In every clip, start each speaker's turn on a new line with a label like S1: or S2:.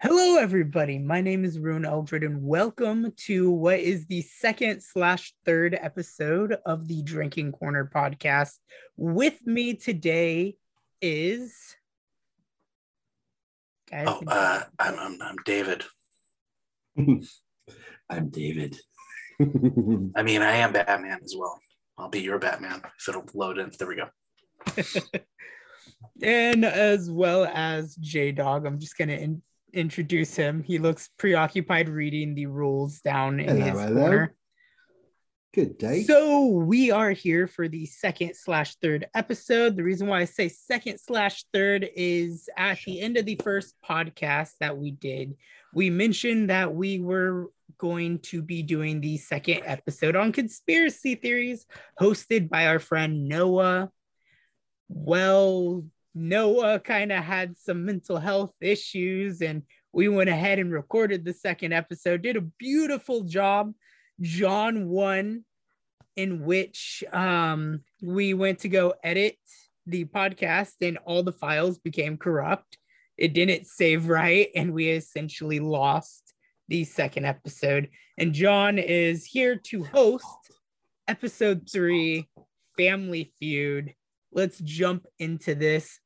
S1: Hello, everybody. My name is Rune Eldred, and welcome to what is the second slash third episode of the Drinking Corner podcast. With me today is. Guys,
S2: Oh, uh, I'm, I'm I'm David.
S3: I'm David.
S2: I mean, I am Batman as well. I'll be your Batman if it'll load in. There we go.
S1: and as well as J Dog, I'm just going to in- introduce him. He looks preoccupied reading the rules down in
S3: Hello,
S1: his
S3: hello.
S1: corner.
S3: Good day.
S1: So we are here for the second slash third episode. The reason why I say second slash third is at the end of the first podcast that we did, we mentioned that we were going to be doing the second episode on conspiracy theories, hosted by our friend Noah. Well, Noah kind of had some mental health issues, and we went ahead and recorded the second episode. Did a beautiful job. John won in which um, we went to go edit the podcast and all the files became corrupt. It didn't save right, and we essentially lost the second episode. And John is here to host episode three Family Feud. Let's jump into this.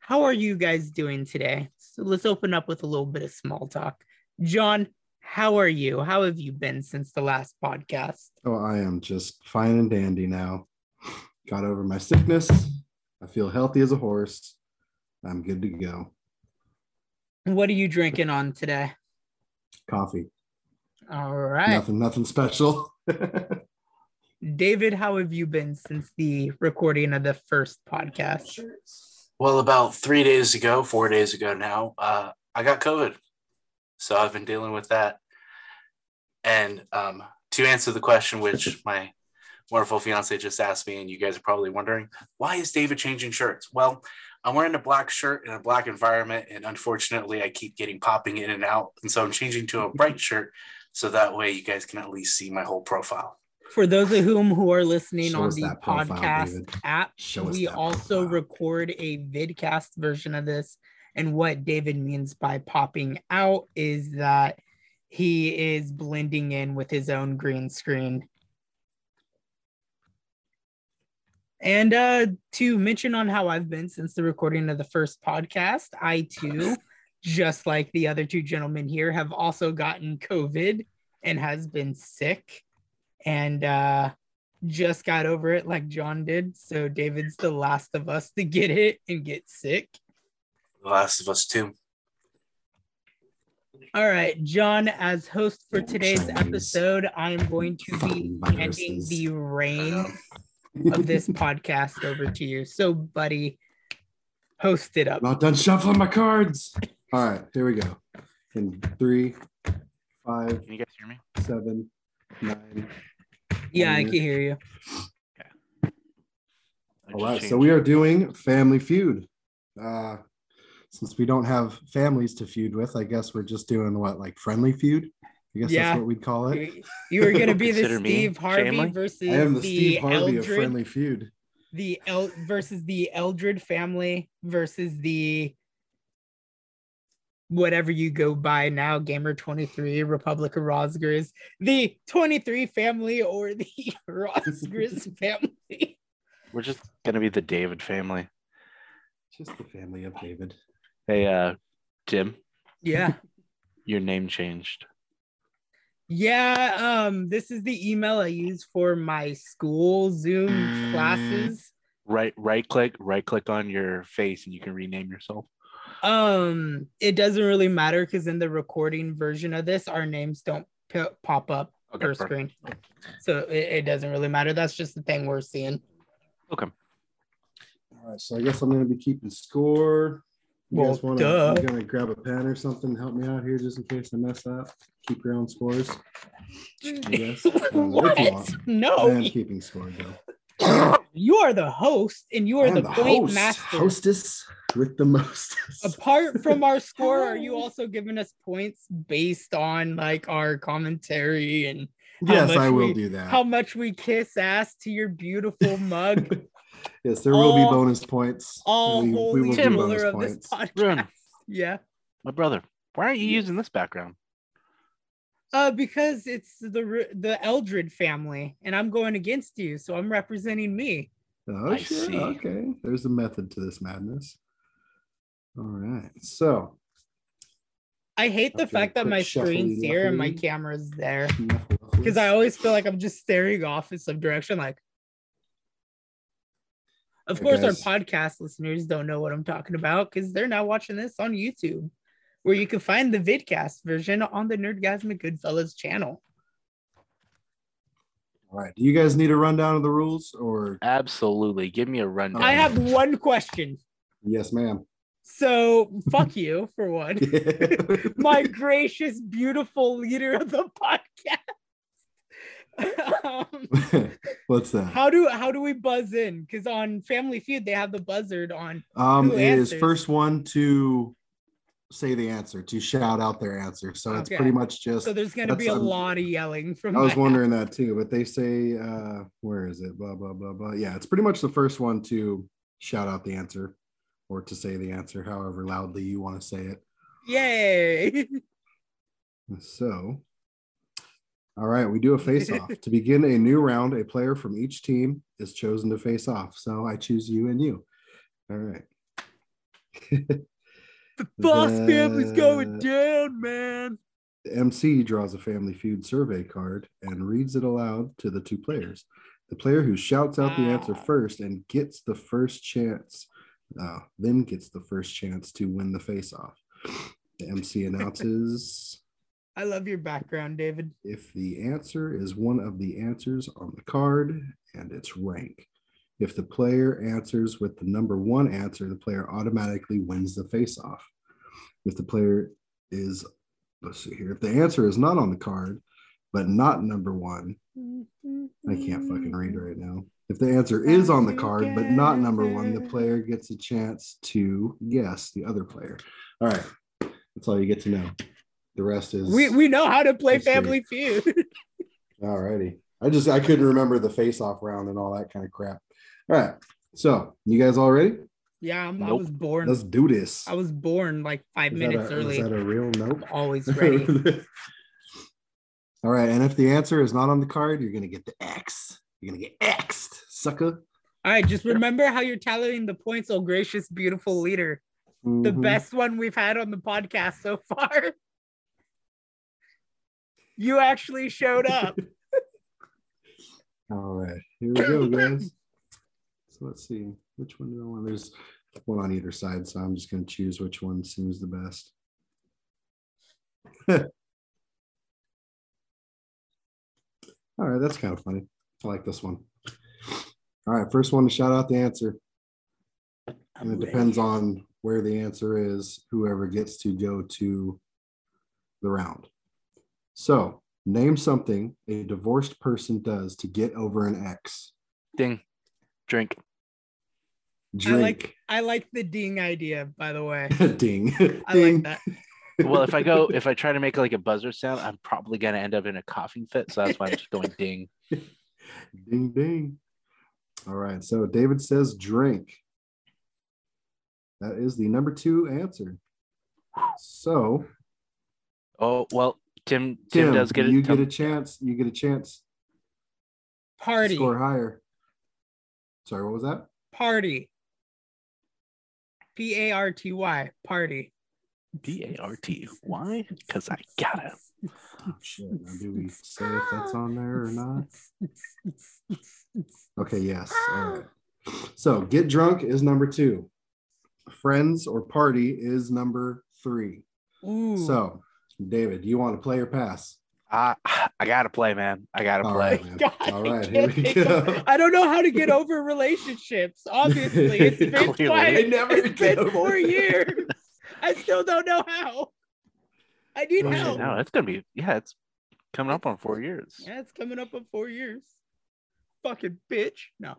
S1: How are you guys doing today? So let's open up with a little bit of small talk. John, how are you? How have you been since the last podcast?
S3: Oh, I am just fine and dandy now. Got over my sickness. I feel healthy as a horse. I'm good to go.
S1: What are you drinking on today?
S3: Coffee.
S1: All right.
S3: Nothing, nothing special.
S1: David, how have you been since the recording of the first podcast?
S2: Well, about three days ago, four days ago now, uh, I got COVID, so I've been dealing with that. And um, to answer the question, which my wonderful fiance just asked me, and you guys are probably wondering, why is David changing shirts? Well, I'm wearing a black shirt in a black environment, and unfortunately, I keep getting popping in and out, and so I'm changing to a bright shirt, so that way you guys can at least see my whole profile.
S1: For those of whom who are listening
S3: Show
S1: on
S3: us
S1: the
S3: that profile,
S1: podcast
S3: David.
S1: app,
S3: Show us
S1: we
S3: that
S1: also
S3: profile.
S1: record a vidcast version of this. And what David means by popping out is that he is blending in with his own green screen. And uh, to mention on how I've been since the recording of the first podcast, I too, just like the other two gentlemen here, have also gotten COVID and has been sick. And uh, just got over it like John did. So David's the last of us to get it and get sick.
S2: The Last of Us Two.
S1: All right, John, as host for today's
S3: Chinese.
S1: episode, I am going to be
S3: Fucking
S1: handing
S3: viruses.
S1: the reign of this podcast over to you. So, buddy, host it up.
S3: Not done shuffling my cards. All right, here we go. In three, five,
S4: Can you guys hear me?
S3: seven, nine.
S1: Yeah, I can hear you.
S4: I
S3: All
S4: just
S3: right, Oh, so
S4: changed-
S3: we are doing Family Feud. Uh, since we don't have families to feud with, I guess we're just doing what, like Friendly Feud? I guess
S1: Yeah.
S3: that's what we'd call it.
S1: You- You were gonna be the
S4: Consider me
S1: Steve Harvey
S4: family?
S1: versus
S3: I am
S1: the,
S3: the Steve Harvey of
S1: Eldred,
S3: Friendly Feud.
S1: the El- versus the Eldred family versus the whatever you go by now, Gamer 23, Republic of Rosgers, the 23 family or the Rosgers family.
S4: We're just gonna be the David family.
S3: Just the family of David.
S4: Hey, uh, Jim,
S1: Yeah.
S4: your name changed.
S1: Yeah. Um, this is the email I use for my school Zoom classes.
S4: Right, right click, right click on your face, and you can rename yourself.
S1: Um, it doesn't really matter because in the recording version of this, our names don't p- pop up
S4: Okay,
S1: per
S4: perfect.
S1: screen. So it, it doesn't really matter. That's just the thing we're seeing.
S3: All right, so I guess I'm going to be keeping score. You
S1: Well,
S3: guys want
S1: duh.
S3: to gonna grab a pen or something? Help me out here just in case I mess up. Keep your own scores. I guess. I don't know if you
S1: what?
S3: want. I
S1: No,
S3: am keeping score though.
S1: you are the host and you
S3: I
S1: are
S3: am
S1: the, point
S3: host,
S1: master.
S3: hostess with the most.
S1: Apart from our score, are you also giving us points based on like our commentary and how
S3: yes,
S1: much
S3: I will
S1: we-
S3: do that.
S1: how much we kiss ass to your beautiful mug?
S3: Yes, there will be
S1: All-
S3: bonus points.
S1: All
S3: we, we
S1: holy
S3: will do
S1: roller
S3: bonus
S1: of this
S3: points.
S1: podcast.
S4: Rune,
S1: Yeah.
S4: my brother, Why aren't you using this background?
S1: Uh, because it's the Ru- the Eldred family, and I'm going against you, so I'm representing me.
S3: Oh,
S4: I
S3: sure.
S4: see.
S3: Okay. There's a method to this madness. All right. So,
S1: I hate the
S3: Okay,
S1: fact that
S3: quick
S1: my
S3: shuffle
S1: screen's here and my
S3: lefty.
S1: camera's there because I always feel like I'm just staring off in some direction. Like, of
S3: I
S1: course, our
S3: guess.
S1: podcast listeners don't know what I'm talking about because they're now watching this on YouTube, where you can find the vidcast version on the Nerdgasmic Goodfellas channel.
S3: All right. Do you guys need a rundown of the rules or
S4: Absolutely. Give me a rundown.
S3: Um.
S1: I have one question.
S3: yes, ma'am?
S1: So, fuck you for one. my gracious, beautiful leader of the podcast. um,
S3: What's that?
S1: how do how do we buzz in? Because on Family Feud they have the buzzard on.
S3: Um,
S1: Who
S3: it is
S1: answers?
S3: first one to say the answer, to shout out their answer. So it's
S1: Okay.
S3: pretty much just
S1: So there's gonna
S3: That's-
S1: be a
S3: I'm-
S1: lot of yelling from.
S3: I was
S1: my-
S3: wondering that too, but they say, uh, where is it? Blah, blah, blah, blah. Yeah, it's pretty much the first one to shout out the answer or to say the answer, however loudly you want to say it.
S1: Yay!
S3: So, all right, we do a face off. to begin a new round, a player from each team is chosen to face off. So I choose you and you. All right.
S1: The boss
S3: The-
S1: family's going down, man.
S3: MC draws a family feud survey card and reads it aloud to the two players. The player who shouts out the answer
S1: Ah.
S3: first and gets the first chance, uh, then gets the first chance to win the face off. The MC announces
S1: I love your background, David.
S3: if the answer is one of the answers on the card and its rank. If the player answers with the number one answer, the player automatically wins the face off. If the player is, let's see here, if the answer is not on the card, but not number one, I can't fucking read right now. If the answer is on the card, but not number one, the player gets a chance to guess the other player. All right. That's all you get to know. The rest is.
S1: We we know how to play
S3: Let's see.
S1: Family Feud.
S3: Alrighty. I just I couldn't remember the face off round and all that kind of crap. All right. So you guys all ready?
S1: yeah, I'm, I
S4: Nope.
S1: was born.
S3: Let's do this.
S1: I was born like five
S3: Is that
S1: minutes
S3: a-
S1: early.
S3: Is that a real nope?
S1: I'm always ready.
S3: all right. And if the answer is not on the card, you're gonna get the X. You're gonna get X'd, sucker.
S1: All right, just remember how you're tallying the points, oh gracious, beautiful leader. The
S4: Mm-hmm.
S3: Mhm.
S1: best one we've had on the podcast so far. You actually showed up.
S3: All right, here we go, guys. so let's see which one do I want. There's one on either side, so I'm just going to choose which one seems the best. All right, that's kind of funny. I like this one. All right, first one to shout out the answer, and it depends on where the answer is. Whoever gets to go to the round. So, name something a divorced person does to get over an ex.
S4: Ding. Drink.
S1: I like-
S3: Drink.
S1: I like the ding idea, by the way.
S3: Ding.
S1: I like
S3: Ding.
S1: that.
S4: Well, if I go, if I try to make like a buzzer sound, I'm probably gonna end up in a coughing fit. So that's why I'm just going ding.
S3: Ding, ding. All right. So David says drink. That is the number two answer. So
S4: Oh well, Tim. Tim,
S3: Tim,
S4: does get it.
S3: you get a chance. You get a chance to
S1: Party.
S3: score higher. Sorry, what was that?
S1: Party. P A R T Y. Party.
S4: D A R T. Why? Because I got it.
S3: Oh, shit. Now, do we say if that's on there or not? Okay, yes. All right. So get drunk is number two. Friends or party is number three.
S1: Ooh.
S3: So, David, you want to play or pass?
S4: I I gotta play, man. I gotta
S3: All
S4: play.
S3: right, man.
S1: God,
S3: All
S1: I
S3: right, here
S1: can't
S3: we
S1: think of-
S3: go.
S1: I don't know how to get over relationships. Obviously, it's been
S4: Clearly.
S1: quite,
S3: never
S1: it's been four years. I still don't know how. I need
S3: Oh,
S1: help.
S3: shit.
S4: No, it's gonna be yeah. It's coming up on four years.
S1: Yeah, it's coming up on four years. Fucking bitch. No.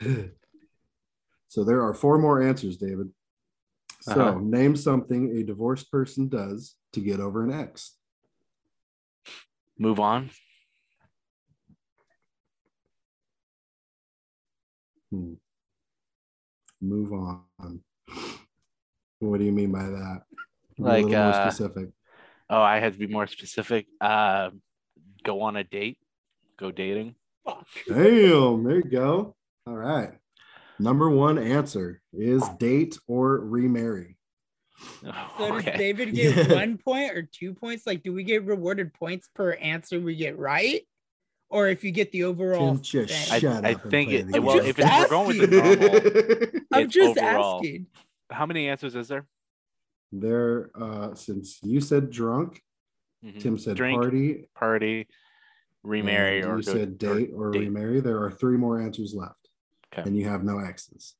S3: So there are four more answers, David. So
S4: Uh-huh.
S3: name something a divorced person does to get over an ex.
S4: Move on.
S3: Hmm. Move on. What do you mean by that? Be a little
S4: Like,
S3: more
S4: uh,
S3: specific.
S4: Oh, I had to be more specific. Uh, go on a date. Go dating.
S1: Fuck.
S3: Damn, there you go. All right. Number one answer is date or remarry.
S1: So does
S4: okay.
S1: David get
S5: Yeah.
S1: one point or two points? Like, do we get rewarded points per answer we get right? Or if you get the overall
S3: Tim, just
S1: thing?
S4: I,
S3: shut up
S4: I
S3: and
S4: think
S3: play
S4: it,
S3: the
S4: well,
S1: game.
S4: if it's, we're going with the normal,
S1: I'm
S4: it's
S1: just
S4: overall.
S1: asking.
S4: how many answers is there?
S3: there, uh, since you said drunk,
S4: Mhm.
S3: Tim said
S4: Drink,
S3: party,
S4: party, remarry,
S3: and
S4: or
S3: you
S4: go-
S3: said
S4: or
S3: date or, remarry. There are three more answers left,
S4: Okay.
S3: and you have no X's.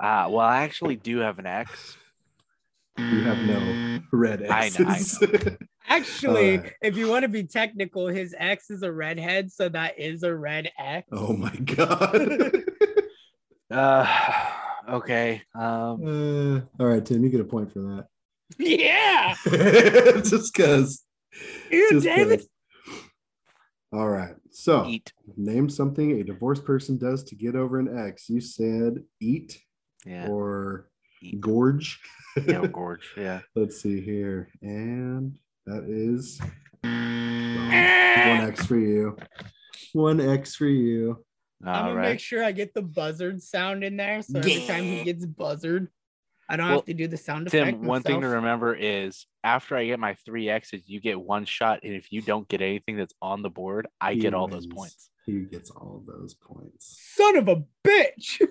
S4: Ah, well, I actually do have an ex.
S3: You have no red
S4: I know, I
S3: X's.
S1: Actually,
S3: Alright.
S1: if you want to be technical, his ex is a redhead, so that is a red X.
S3: oh my god.
S4: Uh, okay. Um,
S3: Uh, all right, Tim, you get a point for that.
S1: Yeah.
S3: just because.
S1: Ew, David.
S3: All right. So
S4: eat.
S3: name something a divorced person does to get over an ex. You said eat
S4: Yeah.
S3: or
S4: Eat.
S3: gorge.
S4: yeah. or Gorge. Yeah.
S3: Let's see here. And that is wrong.
S1: Ah!
S3: one X for you. One X for you.
S1: I'm
S4: All
S1: gonna make
S4: right.
S1: sure I get the buzzard sound in there. So every time he gets buzzard, I don't
S4: Well,
S1: have to do the sound effect.
S4: Tim, one thing to
S1: myself.
S4: remember is after I get my three X's, you get one shot. And if you don't get anything that's on the board, I
S3: He
S4: get all those
S3: wins.
S4: points.
S3: He gets all those points.
S1: Son of a bitch.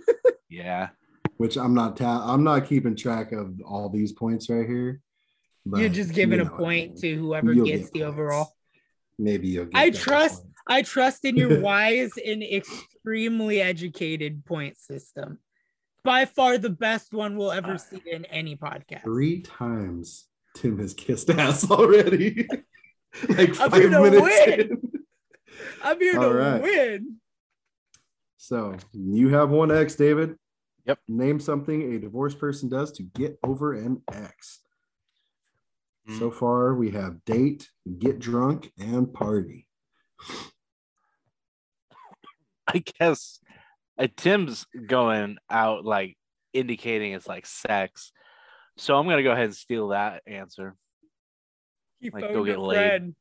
S4: Yeah.
S3: Which I'm not ta- I'm not keeping track of all these points right here.
S1: You're
S3: but
S1: just
S3: you
S1: giving a
S3: know what I mean.
S1: point to whoever
S3: You'll
S1: gets
S3: get
S1: the
S3: points.
S1: overall.
S3: Maybe you'll get
S1: I
S3: double
S1: trust-
S3: points.
S1: I trust in your wise and extremely educated point system. By far the best one we'll ever see in any podcast.
S3: Ah. three times Tim has kissed ass already. like
S1: I'm
S3: five
S1: here to
S3: minutes.
S1: win.
S3: in.
S1: I'm here to
S3: All right.
S1: win.
S3: So you have one X, David.
S4: Yep.
S3: Name something a divorced person does to get over an ex.
S4: Mm.
S3: So far, we have date, get drunk, and party.
S4: I guess uh, Tim's going out like indicating it's like sex. So I'm gonna go ahead and steal that answer.
S1: He
S4: Like, go
S1: phoned
S4: get
S1: a
S4: laid.
S1: friend.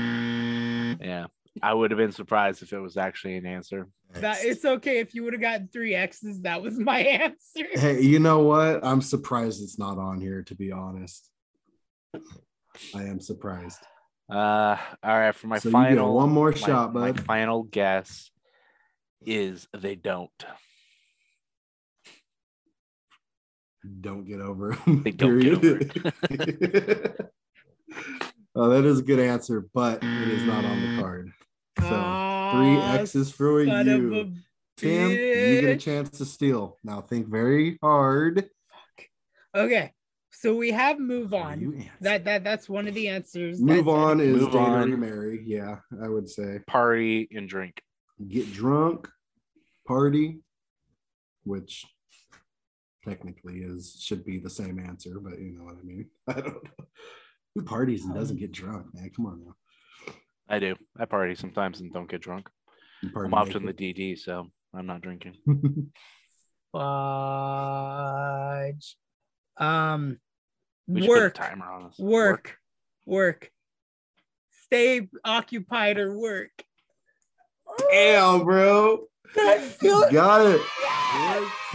S4: Yeah. I would have been surprised if it was actually an answer.
S1: That it's okay if you would have gotten three X's. That was my answer.
S3: Hey, you know what? I'm surprised it's not on here, to be honest. I am surprised.
S4: Uh all right, for my
S3: So you get
S4: final
S3: one more
S4: my-
S3: shot,
S4: my
S3: bud.
S4: final guess is they don't.
S3: Don't get over him.
S4: They don't get
S3: period. oh, that is a good answer, but it is not on the card. So three
S1: Ah,
S3: X's for you.
S1: son of a
S3: Tim, you get a
S1: bitch.
S3: chance to steal. Now think very hard.
S1: Okay, so we have move
S3: You
S1: on.
S3: answer.
S1: That that that's one of the answers.
S3: Move
S1: That's-
S3: on is
S4: Move
S3: date or
S4: on.
S3: remarry. Yeah, I would say
S4: Party and drink.
S3: get drunk, party, which technically is should be the same answer, but you know what I mean. I don't know. Who parties and doesn't get drunk, man? Come on now.
S4: I do. I party sometimes and don't get drunk.
S3: You party
S4: I'm often the
S3: naked.
S4: DD, so I'm not drinking.
S1: Fudge. Um,
S4: We should
S1: work,
S4: put a timer on us.
S1: work, work. Stay occupied or work.
S3: Damn, bro.
S1: I feel it.
S3: Got it.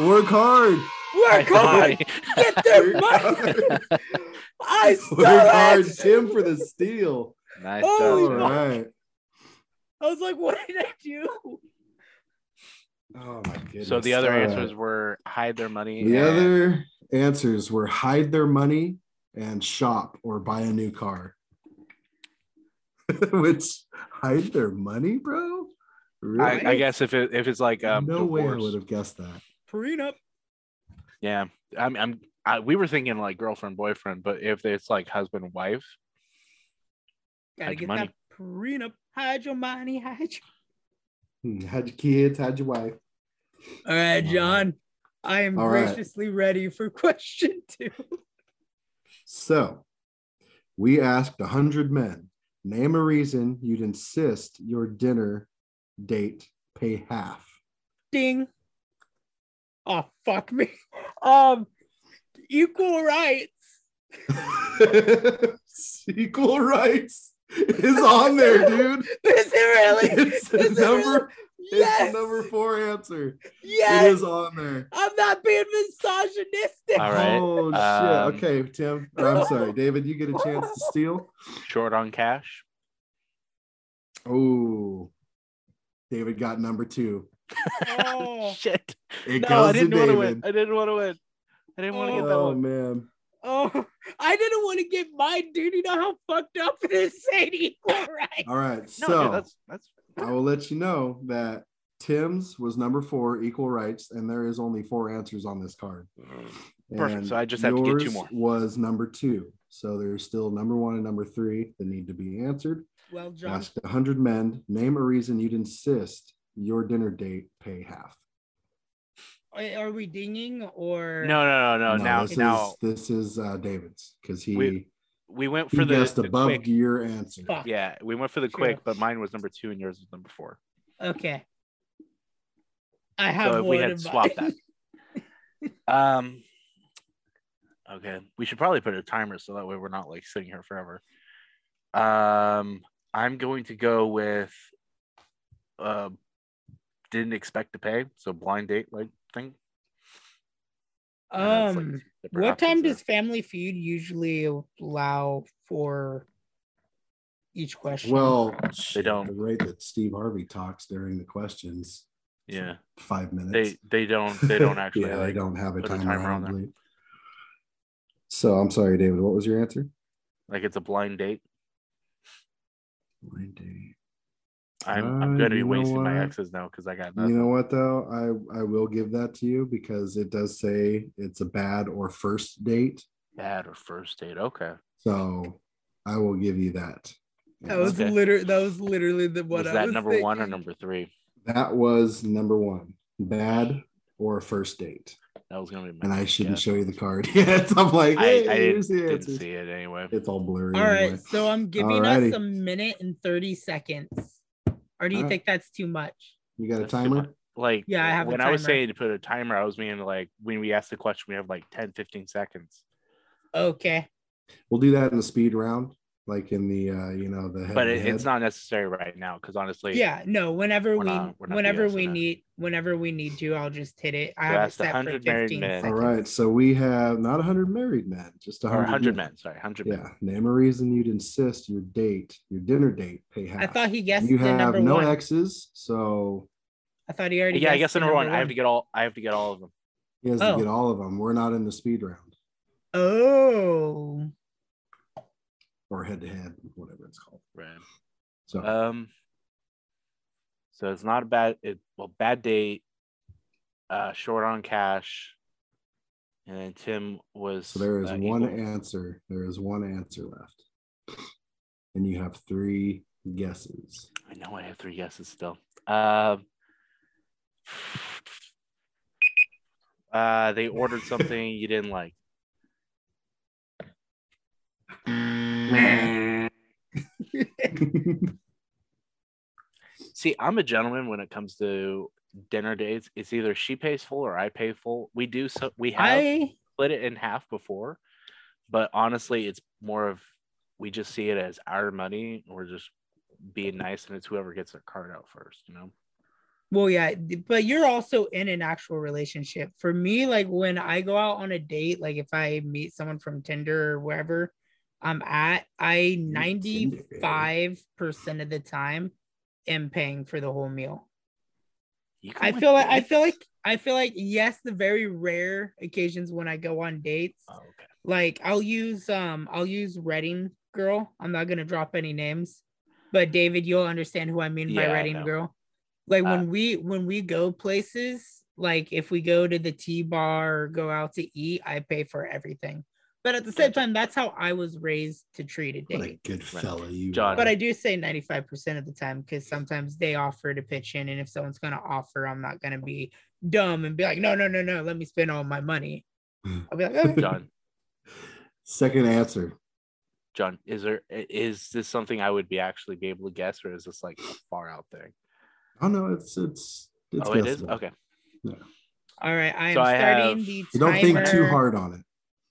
S3: Work hard.
S1: Work hard. Get their money.
S3: Work
S1: I
S3: hard,
S1: stole it.
S3: Tim, for the steal.
S4: nice
S1: Holy
S3: All
S4: job. man.
S1: fuck.
S3: right.
S1: I was like, what did I do?
S3: Oh my goodness.
S4: So the other
S3: All right.
S4: answers were hide their money.
S3: The
S4: and-
S3: other answers were hide their money and shop or buy a new car. Which hide their money, bro? Really?
S4: I, I guess if it if it's like um
S3: no way I
S4: divorce,
S3: would have guessed that.
S1: Prenup.
S4: yeah. I'm I'm I, we were thinking like girlfriend boyfriend, but if it's like husband wife,
S1: Gotta
S4: Hide your
S1: get
S4: money.
S1: that prenup. Hide your money. Hide your
S3: Hmm, Had your kids, had your wife.
S1: All right,
S3: Wow.
S1: John. I am
S3: All right.
S1: graciously ready for question two.
S3: So we asked 100 men name a reason you'd insist your dinner date pay half.
S1: Ding. Oh fuck me. Um, equal rights.
S3: Sequel rights is on there, dude.
S1: Is it really? Is
S3: It's the
S1: it really?
S3: number. It's
S1: Yes.
S3: the number four answer.
S1: Yes.
S3: It is on there.
S1: I'm not being misogynistic.
S4: All right.
S3: Oh
S4: um,
S3: shit. Okay, Tim. Or, I'm sorry, David. You get a chance to steal.
S4: Short on cash.
S3: Oh, David got number two.
S1: Oh,
S4: Shit.
S3: It
S4: No, I
S3: goes to
S4: didn't want to win.
S3: David.
S4: I didn't want to win. I didn't want to get that
S3: Oh
S4: one.
S3: man.
S1: oh, I didn't want to get mine, dude. You know how fucked up it is saying equal rights.
S3: All right.
S4: No,
S3: so
S4: dude, that's that's
S3: I will let you know that Tim's was number four, equal rights, and there is only four answers on this card.
S4: Perfect,
S3: And
S4: so I just have to get two
S3: yours
S4: more.
S3: Was number two. So there's still number one and number three that need to be answered.
S1: Well, John,
S3: Ask 100 men, name a reason you'd insist your dinner date pay half.
S1: are are we dinging or
S4: no, no, no, no. now,
S3: this
S4: now
S3: is, this is uh, David's because he,
S4: We- we went
S3: he
S4: for the,
S3: guessed
S4: the
S3: above
S4: quick.
S3: your answer.
S1: Fuck.
S4: Yeah, we went for the
S1: Sure.
S4: quick, but mine was number two and yours was number four.
S1: Okay. I have
S4: So if
S1: one
S4: we
S1: in
S4: had
S1: mind.
S4: swapped that. Um. Okay, we should probably put a timer so that way we're not like sitting here forever. Um, I'm going to go with. Uh, didn't expect to pay, so blind date like thing. I know it's, like,
S1: Um,
S4: different
S1: what time
S4: options there.
S1: does Family Feud usually allow for each question?
S3: Well,
S4: They don't.
S3: The rate that Steve Harvey talks during the questions,
S4: Yeah,
S3: five minutes.
S4: they they don't they don't actually
S3: yeah,
S4: like,
S3: they don't have a
S4: put a
S3: timer,
S4: timer
S3: I
S4: on there.
S3: believe. So I'm sorry, David. What was your answer?
S4: like it's a blind date.
S3: Blind date.
S4: I'm
S3: Uh,
S4: I'm gonna be
S3: you know
S4: wasting my
S3: what?
S4: exes now because I got
S3: You
S4: nothing.
S3: know what though? I I will give that to you because it does say it's a bad or first date.
S4: Bad or first date? Okay,
S3: So I will give you that.
S1: that was
S4: okay.
S1: literally that was literally the what
S4: was
S1: I
S4: that
S1: was
S4: number one or
S1: thinking.
S4: number three?
S3: That was number one. Bad or first date.
S4: That was gonna be. My
S3: And I
S4: first
S3: shouldn't
S4: guess.
S3: show you the card yet. I'm like,
S4: I,
S3: hey,
S4: I didn't,
S3: here's the
S4: didn't
S3: answer.
S4: see it anyway.
S3: It's all blurry.
S1: All right,
S3: anyway.
S1: so I'm giving
S3: Alrighty.
S1: us a minute and 30 seconds. Or do you
S3: Alright.
S1: think that's too much?
S3: you got a
S4: That's too much.
S3: timer?
S4: Like,
S1: Yeah, I have a
S4: when I was
S1: timer.
S4: saying to put a timer, I was meaning like when we asked the question, we have like 10, 15 seconds.
S1: Okay.
S3: We'll do that in the speed round, like in the uh, you know, the head
S4: But
S3: to
S4: it, it's
S3: head.
S4: not necessary right now because honestly,
S1: Yeah, no, whenever
S4: We're
S1: we
S4: not- we're not
S1: whenever we
S4: BSing it.
S1: need whenever we need to, I'll just hit it. I
S4: So
S1: have it
S4: that's the
S1: set for
S4: 100 married
S1: 15
S4: men.
S1: seconds.
S3: All right, so we have not 100 married men, just
S4: or
S3: 100,
S4: 100 men. Sorry, 100 men.
S3: Yeah, name a reason you'd insist your date, your dinner date, pay half.
S1: I thought he guessed
S3: you
S1: the
S3: have
S1: number
S3: no
S1: one.
S3: exes, so
S1: I thought he already
S4: Yeah, I guess
S1: guessed
S4: the number one, I have to get all, I have to get all of them.
S3: he has
S1: Oh.
S3: to get all of them. We're not in the speed round
S1: Oh.
S3: or head to head, whatever it's called.
S4: Right.
S3: So
S4: Um, so it's not a bad, it, well, bad date, uh, short on cash. And then Tim was.
S3: so there is
S4: uh,
S3: one
S4: equal.
S3: answer. There is one answer left, and you have three guesses.
S4: I know I have three guesses still. Um, uh, they ordered something you didn't like. See, I'm a gentleman when it comes to dinner dates. It's either she pays full or I pay full. We do so. We have
S1: I
S4: split it in half before, but honestly, it's more of we just see it as our money. We're just being nice, and it's whoever gets their card out first. You know.
S1: well yeah, but you're also in an actual relationship. For me, like when I go out on a date, like if I meet someone from Tinder or wherever I'm at, I
S3: Tinder,
S1: 95% of the time am paying for the whole meal.
S4: You
S1: I
S4: go
S1: feel
S4: with
S1: like I
S4: this.
S1: feel like I feel like yes, the very rare occasions when I go on dates,
S4: Oh, okay.
S1: like I'll use um I'll use Reading Girl. I'm not gonna drop any names, but David, you'll understand who I mean
S4: Yeah,
S1: by
S4: I
S1: Reading
S4: know.
S1: Girl. Like
S4: Uh,
S1: when we when we go places, like if we go to the tea bar or go out to eat, I pay for everything. But at the same
S4: Gotcha.
S1: time, that's how I was raised to treat a
S3: What a
S1: date.
S3: good fella you
S4: John.
S3: are.
S1: But I do say 95% of the time because sometimes they offer to pitch in. And if someone's going to offer, I'm not going to be dumb and be like, no, no, no, no, let me spend all my money. I'll be like, okay.
S4: John.
S3: Second answer.
S4: John, is there i- is this something I would be actually be able to guess, or is this like a far out thing?
S3: Oh no, it's it's it's
S4: oh, it is.
S3: guessable.
S4: Okay.
S1: All right, I am
S4: So I
S1: starting
S4: have-
S1: the
S3: You
S1: timer.
S3: don't think too hard on it.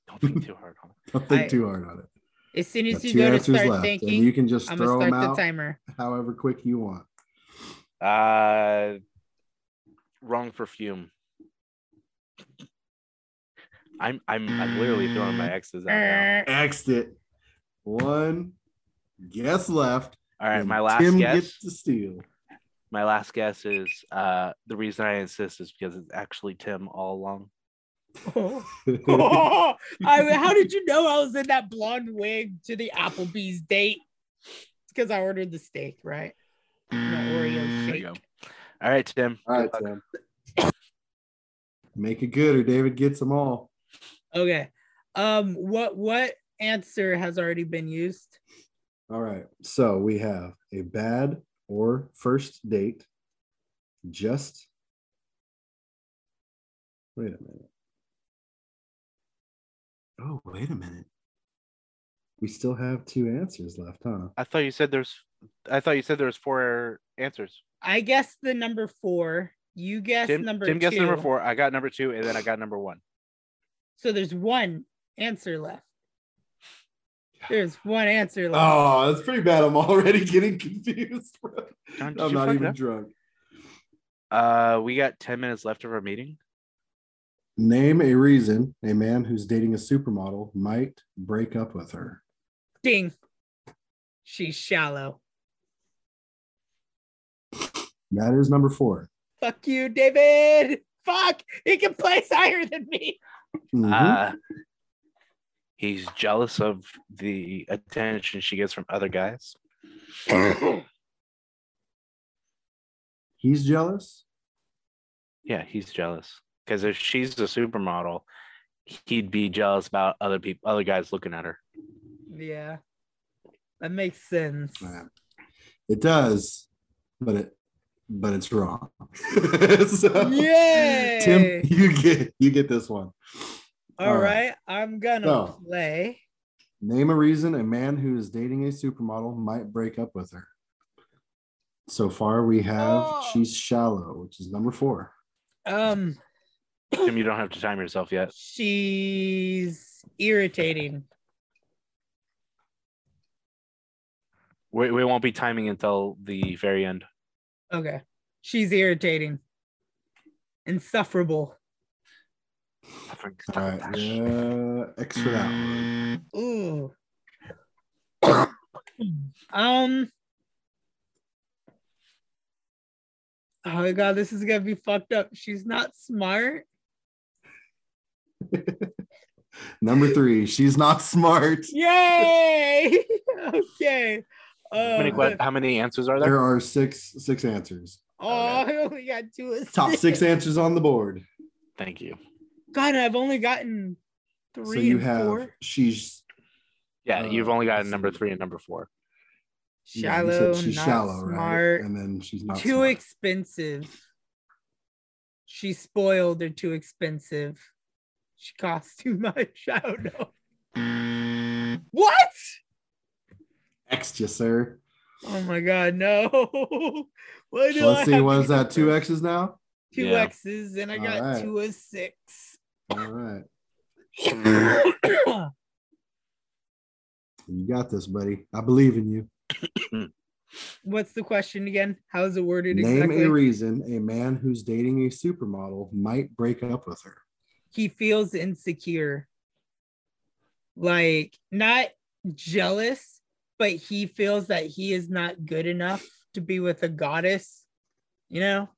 S4: Don't think too hard on it.
S3: Don't think
S1: I-
S3: too hard on it.
S1: As soon
S3: You
S1: as
S3: got
S1: you
S3: two
S1: go to
S3: answers
S1: start
S3: left,
S1: thinking,
S3: and you can just
S1: I'm
S3: throw
S1: gonna
S3: them
S1: start
S3: out
S1: the timer.
S3: however quick you want.
S4: Uh, wrong perfume. I'm I'm I'm literally throwing my X's out now.
S1: Er,
S3: Xed it. One guess left.
S4: All right,
S3: and
S4: my last
S3: Tim
S4: guess.
S3: gets to steal.
S4: My last guess is uh the reason I insist is because it's actually Tim all along.
S1: oh. Oh, I, how did you know I was in that blonde wig to the Applebee's date? It's because I ordered the steak, right? No Oreo
S4: There
S1: shake.
S4: you go. All right, Tim.
S3: All right,
S4: Good luck.
S3: Tim. Make it good, or David gets them all.
S1: Okay. Um, what what answer has already been used?
S3: All right. So we have a bad or first date. Just wait a minute. Oh, wait a minute. We still have two answers left, huh?
S4: I thought you said there's I thought you said there was four answers.
S1: I guess the number four. You guess
S4: Tim,
S1: number
S4: Tim
S1: two.
S4: guessed number four. I got number two, and then I got number one.
S1: So there's one answer left. There's one answer left.
S3: Oh, that's pretty bad. I'm already getting confused. bro.
S4: John, did
S3: I'm
S4: you
S3: not
S4: fuck
S3: even
S4: up?
S3: drunk.
S4: Uh, we got ten minutes left of our meeting.
S3: Name a reason a man who's dating a supermodel might break up with her.
S1: Ding. She's shallow.
S3: That is number four.
S1: Fuck you, David. Fuck. He can place higher than me.
S3: Mhm.
S1: Ah.
S4: Uh, he's jealous of the attention she gets from other guys.
S3: He's jealous.
S4: Yeah, he's jealous because if she's a supermodel, he'd be jealous about other people, other guys looking at her.
S1: Yeah. That makes sense.
S3: Yeah. It does, but it but it's wrong. so,
S1: Yay.
S3: Tim, you get you get this one.
S1: All right. I'm going to
S3: So-
S1: play.
S3: Name a reason a man who is dating a supermodel might break up with her. So far, we have
S1: Oh.
S3: she's shallow, which is number four.
S1: Um,
S4: Tim, you don't have to time yourself yet.
S1: she's irritating.
S4: We, we won't be timing until the very end.
S1: Okay. She's irritating. Insufferable.
S3: All right, uh, yeah, X for that
S1: Mm.
S3: one.
S1: Ooh. um. Oh my god, this is gonna be fucked up. She's not smart.
S3: Number three, she's not smart.
S1: Yay! okay.
S4: How
S1: Uh,
S4: many, que- how many answers are there?
S3: There are six six answers.
S1: oh, I only got two. assists.
S3: Top six answers on the board.
S4: Thank you.
S1: God, I've only gotten three.
S3: so you
S1: and
S3: have
S1: four.
S3: she's
S4: Yeah,
S3: Uh,
S4: you've only got
S3: let's
S4: number
S3: see.
S4: three and number four.
S3: yeah, you said
S1: shallow, not smart,
S3: right? And then she's not
S1: too
S3: smart.
S1: expensive. She's spoiled or too expensive. She costs too much. I don't know. What?
S3: extra, sir.
S1: Oh my god, no. Why do I
S3: Let's see,
S1: have
S3: what
S1: to
S3: is
S1: get
S3: that? Two
S1: first?
S3: X's now?
S1: Two
S4: Yeah.
S1: X's and I
S3: All
S1: got
S3: right.
S1: two of six.
S3: All right. You got this, buddy. I believe in you.
S1: What's the question again? How is it worded
S3: Name
S1: exactly?
S3: a reason a man who's dating a supermodel might break up with her.
S1: he feels insecure. Like not jealous, but he feels that he is not good enough to be with a goddess, you know?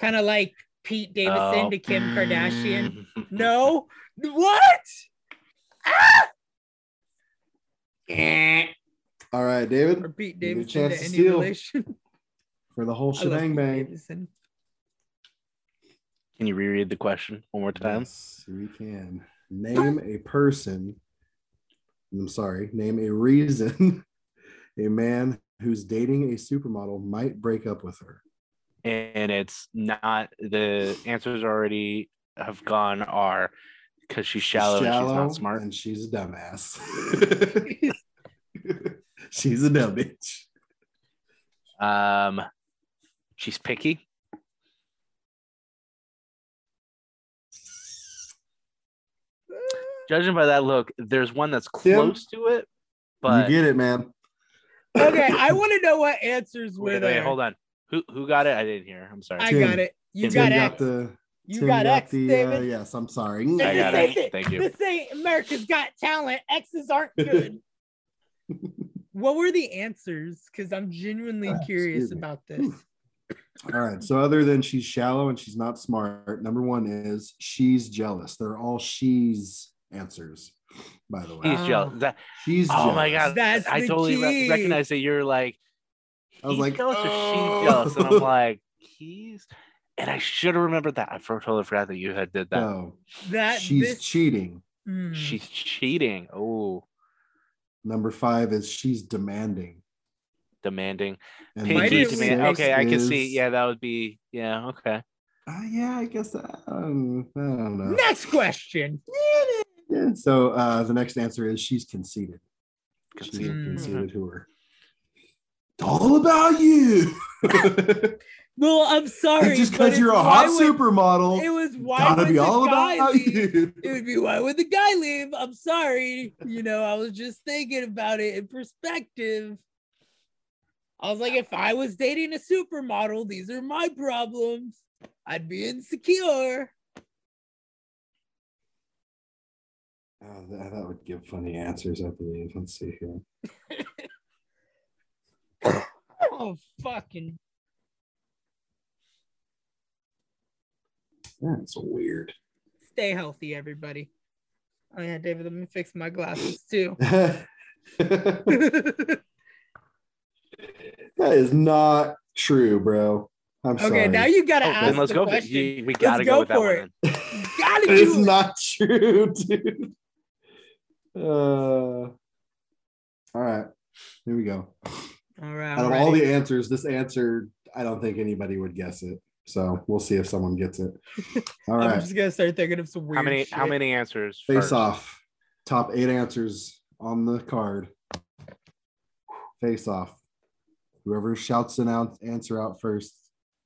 S1: Kind of like Pete Davidson
S4: Oh. Mm.
S1: to Kim Kardashian. No, what? Ah!
S4: Eh.
S3: All right,
S1: Or
S3: David,
S1: Pete
S3: Give you a
S1: Davidson
S3: chance
S1: to
S3: to
S1: any
S3: steal.
S1: relation.
S3: for the whole
S1: I love
S3: shebang
S1: Pete
S3: bang.
S1: Davidson.
S4: Can you reread the question one more time?
S3: Yes, we can. Name a person. I'm sorry. Name a reason a man who's dating a supermodel might break up with her.
S4: and it's not the answers already have gone are because she's shallow, and she's not smart.
S3: and she's a dumbass. she's a dumb bitch.
S4: Um, she's picky. Judging by that look, there's one that's close to it, but
S3: you get it, man.
S1: Okay, I want to know what answers were
S4: wait,
S1: there.
S4: wait, hold on. Who who got it? I didn't hear. I'm sorry.
S1: I
S3: Tim.
S1: got it. You
S4: Tim
S1: got
S3: Tim
S1: X.
S3: the.
S1: you
S3: Tim
S1: got, X,
S3: the,
S1: David.
S3: Uh, yes, I'm sorry.
S4: I got
S1: This
S4: it.
S1: ain't-
S4: Thank you.
S1: This ain't America's Got Talent. X's aren't good. what were the answers? Because I'm genuinely
S3: Ah,
S1: curious
S3: excuse me.
S1: about this.
S3: All right. So other than she's shallow and she's not smart, number one is she's jealous. They're all she's answers, by the way.
S4: He's jealous. That-
S3: She's
S4: oh
S3: jealous.
S4: my god,
S1: That's
S4: I
S1: the
S4: totally re-
S1: key.
S4: recognize that you're like.
S3: I was
S4: he's
S3: like,
S4: jealous or
S3: "Oh."
S4: she's jealous, and I'm like, he's. And I should have remembered that. I for- totally forgot that you had did that.
S3: No,
S1: That
S3: she's
S1: this,
S3: cheating.
S1: mm.
S4: She's cheating. Oh,
S3: Number five is she's demanding.
S4: demanding.
S3: And
S1: Why
S4: Pinky
S3: number
S1: didn't we fix
S4: demand.
S3: six
S4: Okay, I can
S3: is-
S4: see. Yeah, that would be. Yeah. Okay.
S3: Uh, yeah, I guess. Um, I don't know.
S1: Next question.
S3: Yeah, So uh, the next answer is she's conceited. She's a
S4: Conceited.
S1: Mm.
S3: conceited whore. It's all about you.
S1: Well, I'm sorry.
S3: just
S1: but
S3: because
S1: it's
S3: you're a
S1: why
S3: hot
S1: would-
S3: supermodel,
S1: It was why
S3: gotta
S1: would
S3: be
S1: the
S3: all
S1: guy
S3: about
S1: leave?
S3: you.
S1: It would be why would the guy leave? I'm sorry. You know, I was just thinking about it in perspective. I was like, if I was dating a supermodel, these are my problems. I'd be insecure.
S3: Oh, that, that would give funny answers, I believe. Let's see here.
S1: Oh fucking
S3: That's weird.
S1: stay healthy, everybody. Oh yeah, David, let me fix my glasses too.
S3: that is not true, bro. I'm sorry.
S1: okay, now you gotta
S4: Oh,
S1: ask
S4: then let's
S1: the
S4: go. for-
S1: question.
S4: you- we gotta
S1: go
S4: go with that
S1: for
S4: one.
S1: it.
S4: then.
S1: gotta
S3: it's
S1: do it.
S3: not true, dude. Uh, all right, here we go.
S1: All right,
S3: Out
S1: I'm
S3: of all
S1: ready.
S3: the answers, this answer, I don't think anybody would guess it. So we'll see if someone gets it. All
S1: I'm
S3: right,
S1: just gonna start thinking of some weird.
S4: How many? How
S1: shit.
S4: many answers?
S3: face
S4: first?
S3: off. Top eight answers on the card. Face off. Whoever shouts an out- answer out first,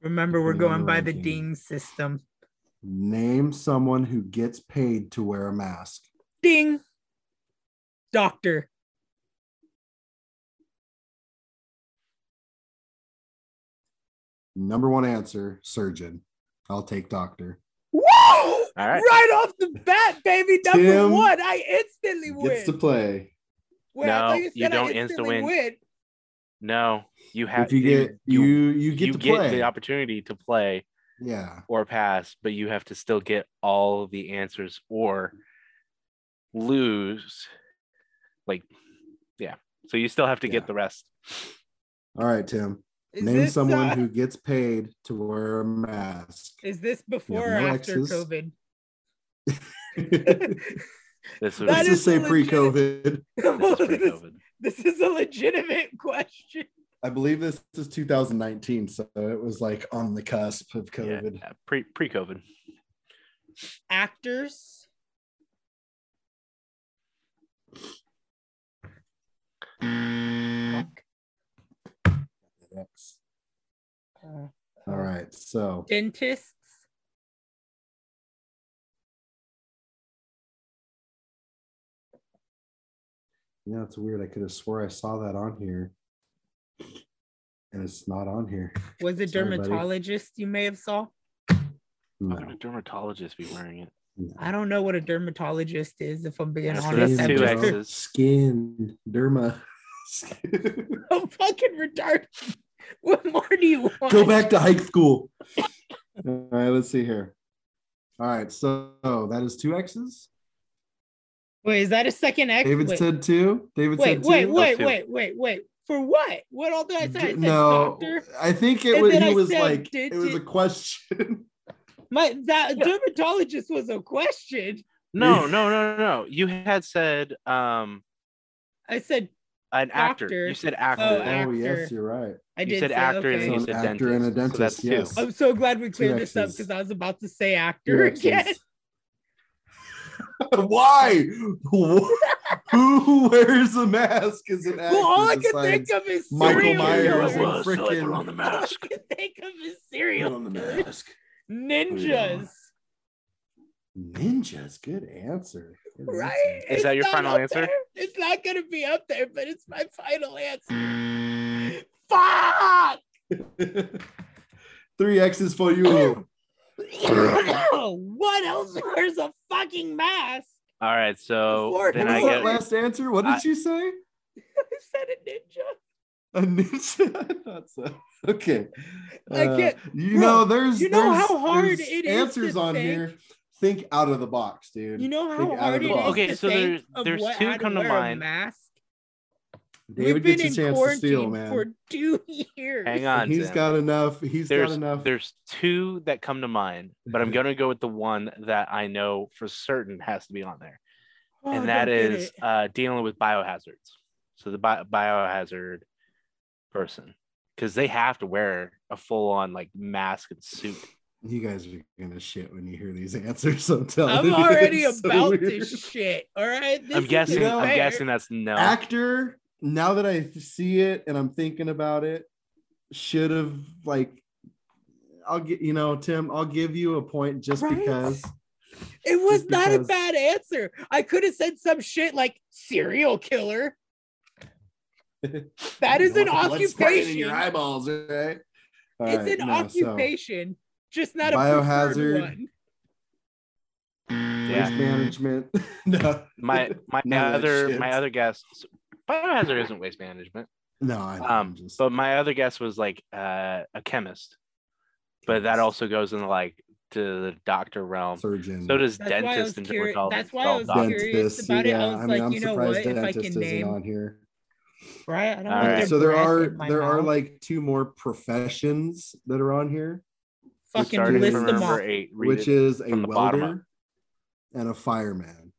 S1: Remember, we're
S3: Yeah,
S1: going by the
S3: ranking.
S1: ding system.
S3: name someone who gets paid to wear a mask.
S1: Ding. Doctor.
S3: Number one answer, surgeon. I'll take doctor.
S1: Whoa!
S4: All
S1: Right.
S4: right.
S1: off the bat, baby. Number
S3: Tim
S1: one. I instantly win.
S3: Gets to play.
S1: Wait, I
S4: No,
S1: thought
S4: you
S1: said I
S4: don't insta
S1: instantly
S4: win. No, you have.
S3: if you get you you get
S4: you
S3: to
S4: get
S3: play.
S4: the opportunity to play
S3: yeah.
S4: or pass, but you have to still get all the answers or lose. Like, yeah. So you still have to
S3: Yeah.
S4: get the rest.
S3: All right, Tim.
S1: Is
S3: Name
S1: this,
S3: someone
S1: uh,
S3: who gets paid to wear a mask.
S1: Is this before or
S3: no
S1: after
S3: X's.
S1: COVID?
S3: Let's
S4: This was
S1: That
S3: just
S1: is
S3: say
S1: legit.
S3: pre-COVID.
S4: this is
S1: this,
S4: pre-COVID.
S1: this is a legitimate question.
S3: I believe this is 2019, so it was like on the cusp of COVID.
S4: Yeah, pre pre-COVID.
S1: Actors.
S4: Hmm.
S3: Mm.
S1: Fuck.
S3: Yes.
S1: Uh,
S3: All right, so
S1: Dentists.
S3: yeah, it's weird. I could have swore I saw that on here, and it's not on here.
S1: Was a
S3: Sorry, buddy.
S1: dermatologist you may have saw?
S4: How could
S3: No,
S4: a dermatologist be wearing it?
S3: no.
S1: I don't know what a dermatologist is, if I'm being
S4: That's-
S1: honest.
S4: that's
S1: I'm
S4: two
S1: just
S4: X's.
S1: a-
S3: Skin, derma.
S1: I'm fucking retarded. What more do you want?
S3: Go back to high school. All right, let's see here. All right, so that is two X's.
S1: Wait, is that a second X?
S3: David
S1: wait,
S3: said two. David
S1: wait,
S3: said two.
S1: wait, wait,
S4: Those two.
S1: wait, wait, wait. For what? What all did I say? I said
S3: no,
S1: doctor.
S3: I think it
S1: And
S3: was.
S1: then
S3: He
S1: I
S3: was
S1: said,
S3: like,
S1: did
S3: it was
S1: you-
S3: a question.
S1: My that dermatologist was a question.
S4: No, no, no, no, no. You had said um
S1: I said
S4: an
S1: Doctor.
S4: actor. You said actor.
S1: Oh,
S3: oh
S1: actor.
S3: yes, you're right.
S1: I
S4: You
S1: did
S4: said
S1: say-
S4: actor and
S1: okay.
S4: then you
S3: So
S4: said
S3: an actor and a
S4: dentist. So that's
S3: dentist.
S4: two.
S3: yes.
S1: I'm so glad we cleared
S3: Two
S1: this up
S3: X's.
S1: because I was about to say actor
S3: Two
S1: again.
S3: X's. Why? Who wears a mask is an actor.
S1: Well, all I can
S3: besides
S1: think of is
S3: Michael
S1: serial
S3: Myers
S1: killers.
S3: and freaking
S4: the
S1: All I can think of is serial killers.
S3: mask.
S1: ninjas.
S3: Ninjas, good answer.
S1: right?
S4: Is that your
S1: not
S4: final
S1: up
S4: answer?
S1: there. It's not gonna be up there, but it's my final
S4: Mm.
S1: answer. Fuck!
S3: Three X's for you.
S1: what else wears a fucking mask?
S4: All right, so
S1: Before
S4: then
S3: what
S4: I
S3: was that
S4: get
S3: last answer? What did
S4: I-
S3: you say?
S1: I said a ninja.
S3: A ninja? I thought so. Okay. Uh,
S1: I can't-
S3: you
S1: bro,
S3: know, there's
S1: you know
S3: there's-
S1: how hard
S3: there's
S1: it is
S3: answers
S1: to
S3: on
S1: think-
S3: here. Think out of the box, dude.
S1: You know
S3: Think out
S1: how
S3: of
S1: hard
S3: the
S1: it is
S3: box.
S4: Okay,
S1: to
S4: so there-
S1: think of
S4: there's
S1: what,
S4: two
S1: how to
S4: come to
S1: wear a
S4: mind.
S1: mask.
S3: David
S1: We've been
S3: gets a
S1: in
S3: chance to
S1: quarantine
S3: steal, man.
S1: for two years.
S4: hang
S3: And
S4: on.
S3: he's
S4: Sam.
S3: got enough. He's
S4: there's
S3: got enough.
S4: there's two that come to mind, but I'm gonna go with the one that I know for certain has to be on there,
S1: Oh,
S4: and that
S1: don't get
S4: is
S1: it.
S4: uh, dealing with biohazards. So the bi- biohazard person, because they have to wear a full on like mask and suit.
S3: You guys are gonna shit when you hear these answers. I'm telling
S1: I'm
S3: you,
S1: already
S3: it's Oh, so
S1: about
S3: weird.
S1: this shit. All right. This
S4: I'm
S1: is
S4: guessing.
S3: You know-
S4: I'm
S1: unfair.
S4: guessing that's no.
S3: Actor, now that I see it and I'm thinking about it, should have like, I'll get you know, Tim. I'll give you a point just
S1: Right?
S3: because.
S1: It was
S3: just
S1: not a
S3: because-
S1: bad answer. I could have said some shit like serial killer. That is an
S3: Blood spraying
S1: occupation.
S3: in your eyeballs, right? All
S1: it's
S3: right,
S1: an
S3: no, so-
S1: occupation, just not a
S3: Biohazard.
S1: biohazard one.
S3: Waste
S4: Yeah.
S3: management. no,
S4: My my
S3: None of that
S4: other
S3: shit.
S4: my other guess. Biohazard isn't waste management.
S3: no, I know, I'm
S4: Um,
S3: just.
S4: but my other guess was like uh, a chemist, but that also goes into like to the doctor realm.
S3: surgeon.
S4: So does
S1: That's why I was
S4: dentist and
S1: curi-
S4: dermatologist.
S1: that's
S4: It's
S1: why I
S4: all
S1: was
S4: doctors.
S1: curious about it, I was like, you know what, if I
S3: dentist
S1: can
S3: isn't
S1: name-
S3: on here.
S1: Right? I don't
S4: All
S1: want
S4: right.
S1: their
S3: So there
S1: breath
S3: are
S1: in my
S3: there are
S1: mouth.
S3: like two more professions that are on here,
S4: We
S1: fucking
S4: started
S1: list
S4: from
S1: them
S4: number
S1: off.
S4: eight. Read
S3: which
S4: it.
S3: is a
S4: from the bottom up.
S3: welder and a fireman.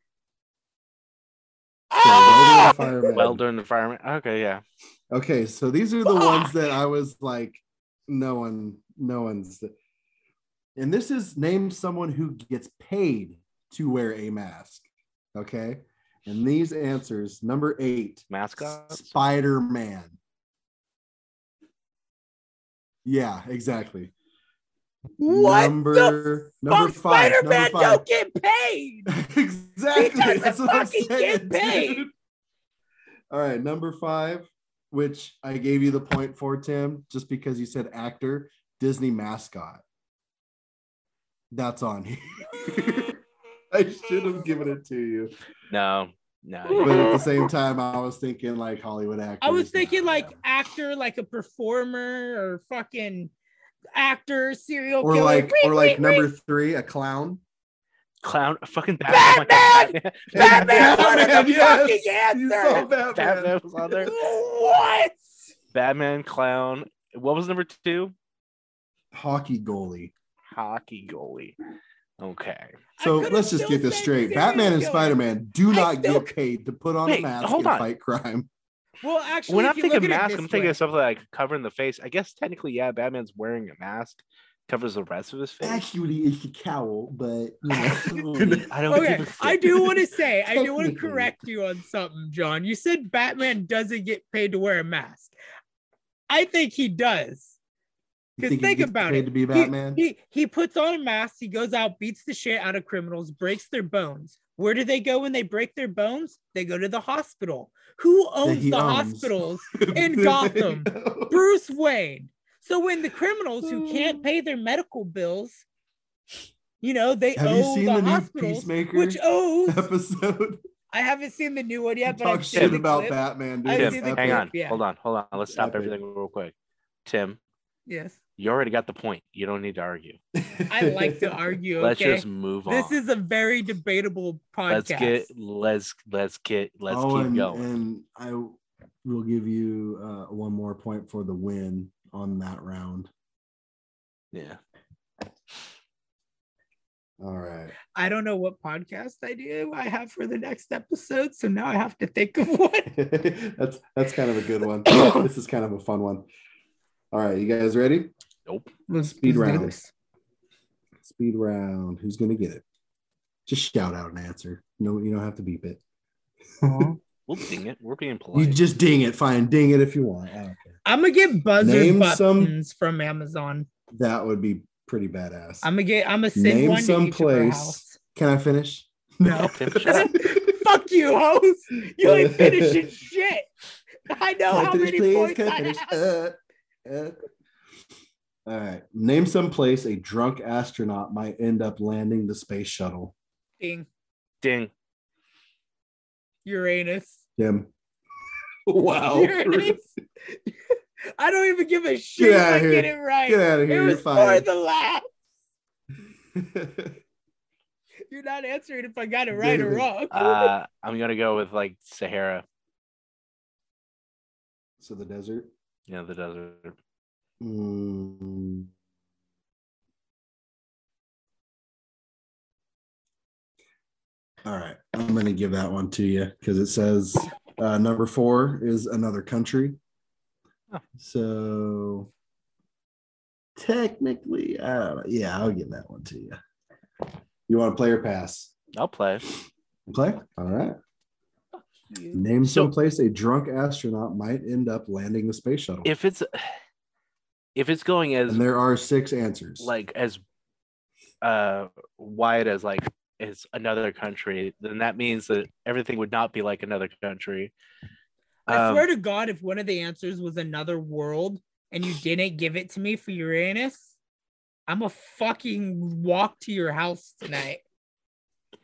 S3: So
S1: Ah!
S3: welder and a fireman.
S4: welder and the fireman. Okay, yeah.
S3: Okay, so these are the ones that I was like, no one, no one's. And this is name someone who gets paid to wear a mask. Okay, and these answers number eight,
S4: Mascots.
S3: Spider Man. Yeah, exactly.
S1: What
S3: number
S1: the
S3: number
S1: fuck?
S3: 5
S1: Spider-Man
S3: number five.
S1: don't get paid.
S3: exactly.
S1: doesn't
S3: That's what I'm
S1: fucking
S3: saying.
S1: get paid.
S3: dude. All right, number five, which I gave you the point for Tim, just because you said actor, Disney mascot. That's on here. I should have given it to you,
S4: No, no.
S3: but at the same time, I was thinking like Hollywood actor.
S1: I was thinking like actor, like a performer or fucking actor, serial
S3: or
S1: killer.
S3: like
S1: Ring,
S3: or like
S1: ring,
S3: number
S1: ring.
S3: three, a clown.
S4: Clown. Fucking Batman. Oh my God,
S1: Batman was the fucking
S3: You
S1: answer.
S3: saw Batman.
S4: Batman was on there.
S1: What?
S4: Batman clown. What was number two?
S3: Hockey goalie.
S4: Hockey goalie. Okay.
S3: So
S1: I could've
S3: let's just
S1: still
S3: get this
S1: said
S3: straight.
S1: serial
S3: Batman and
S1: killer.
S3: Spider Man do
S1: I
S3: not
S1: still-
S3: get paid to put on
S4: Wait,
S3: a mask
S4: hold
S3: and
S4: on.
S3: fight crime.
S1: Well, actually,
S4: when
S1: if
S4: I'm
S1: you
S4: thinking
S1: look at it
S4: mask,
S1: this
S4: I'm thinking
S1: way-
S4: of something like covering the face. I guess technically, yeah, Batman's wearing a mask, covers the rest of his face.
S3: Actually, it's a cowl, but you know.
S4: Actually, I don't
S1: Okay,
S4: give a
S1: I
S4: shit.
S1: do want to say, I do want to
S3: Technically.
S1: correct you on something, John. You said Batman doesn't get paid to wear a mask. I think he does.
S3: You
S1: Because
S3: think
S1: think,
S3: he gets
S1: about
S3: paid
S1: it.
S3: to be
S1: He-
S3: Batman?
S1: He, he, puts on a mask, he goes out, beats the shit out of criminals, breaks their bones. Where do they go when they break their bones? They go to the hospital. Who owns
S3: he
S1: the
S3: owns.
S1: hospitals? in Gotham. Bruce Wayne. So when the criminals who can't
S3: Mm.
S1: pay their medical bills, you know, they
S3: Have
S1: owe
S3: you seen
S1: the,
S3: the, new
S1: hospitals,
S3: Peacemaker
S1: which owes
S3: episode?
S1: I haven't seen the new one yet, but
S3: Talk
S1: I've seen
S3: shit
S1: the
S3: about
S1: clip.
S3: Batman, dude.
S1: I've
S3: It's
S1: seen
S4: Tim,
S1: the
S4: hang
S3: epic.
S4: on,
S1: yeah.
S4: hold on, hold on. Let's stop
S3: Epic.
S4: everything real quick. Tim,
S1: Yes.
S4: you already got the point. You don't need to argue.
S1: I like to argue.
S4: Let's
S1: okay.
S4: just move on.
S1: this is a very debatable podcast.
S4: let's get let's let's get let's
S3: Oh,
S4: keep
S3: and,
S4: going.
S3: And I will give you uh, one more point for the win on that round.
S4: yeah.
S3: All right.
S1: I don't know what podcast idea I have for the next episode. So now I have to think of one.
S3: that's that's kind of a good one. this is kind of a fun one. All right, you guys ready?
S1: Let's
S3: Speed
S1: do
S3: round.
S1: this.
S3: Speed round. Who's gonna get it? Just shout out an answer. No, you don't have to beep it. Uh-huh.
S1: Aw.
S4: We'll ding it. We're being polite.
S3: You just ding it. Fine, ding it if you want. I don't care.
S1: I'm gonna get buzzer
S3: Name some-
S1: buttons from Amazon.
S3: That would be pretty badass.
S1: I'm gonna get I'm gonna send
S3: Name
S1: one to
S3: some
S1: each of our
S3: place.
S1: house.
S3: Can I finish?
S4: Oh,
S1: No. Fuck you, host. You ain't finishing shit. I know
S3: Can I
S1: how
S3: finish,
S1: many
S3: please?
S1: points
S3: Can I
S1: I
S3: finish?
S1: have.
S3: Uh, uh. All right. Name some place a drunk astronaut might end up landing the space shuttle.
S1: Ding.
S4: Ding.
S1: Uranus.
S3: Tim. Wow.
S1: Uranus. I don't even give a shit if
S3: Get outta
S1: I Oh, get it
S3: here.
S1: right.
S3: Get out of
S1: it
S3: here. You're
S1: was for
S3: fired.
S1: the laugh. You're not answering if I got it right or
S3: David.
S1: wrong.
S4: Uh, I'm gonna go with like Sahara.
S3: so the desert.
S4: You know, the desert.
S3: Mm. All right. I'm going to give that one to you because it says uh, number four is another country.
S4: Oh.
S3: So technically, I don't know. Yeah, I'll give that one to you. You want to play or pass?
S4: I'll play.
S3: Play. All right.
S1: You-
S3: Name
S4: So-
S3: some place a drunk astronaut might end up landing the space shuttle.
S4: If it's if it's going as
S3: and there are six answers.
S4: like as uh wide as like it's another country, then that means that everything would not be like another country.
S1: I
S4: Um,
S1: swear to God, if one of the answers was another world and you didn't give it to me for Uranus, I'm a fucking walk to your house tonight.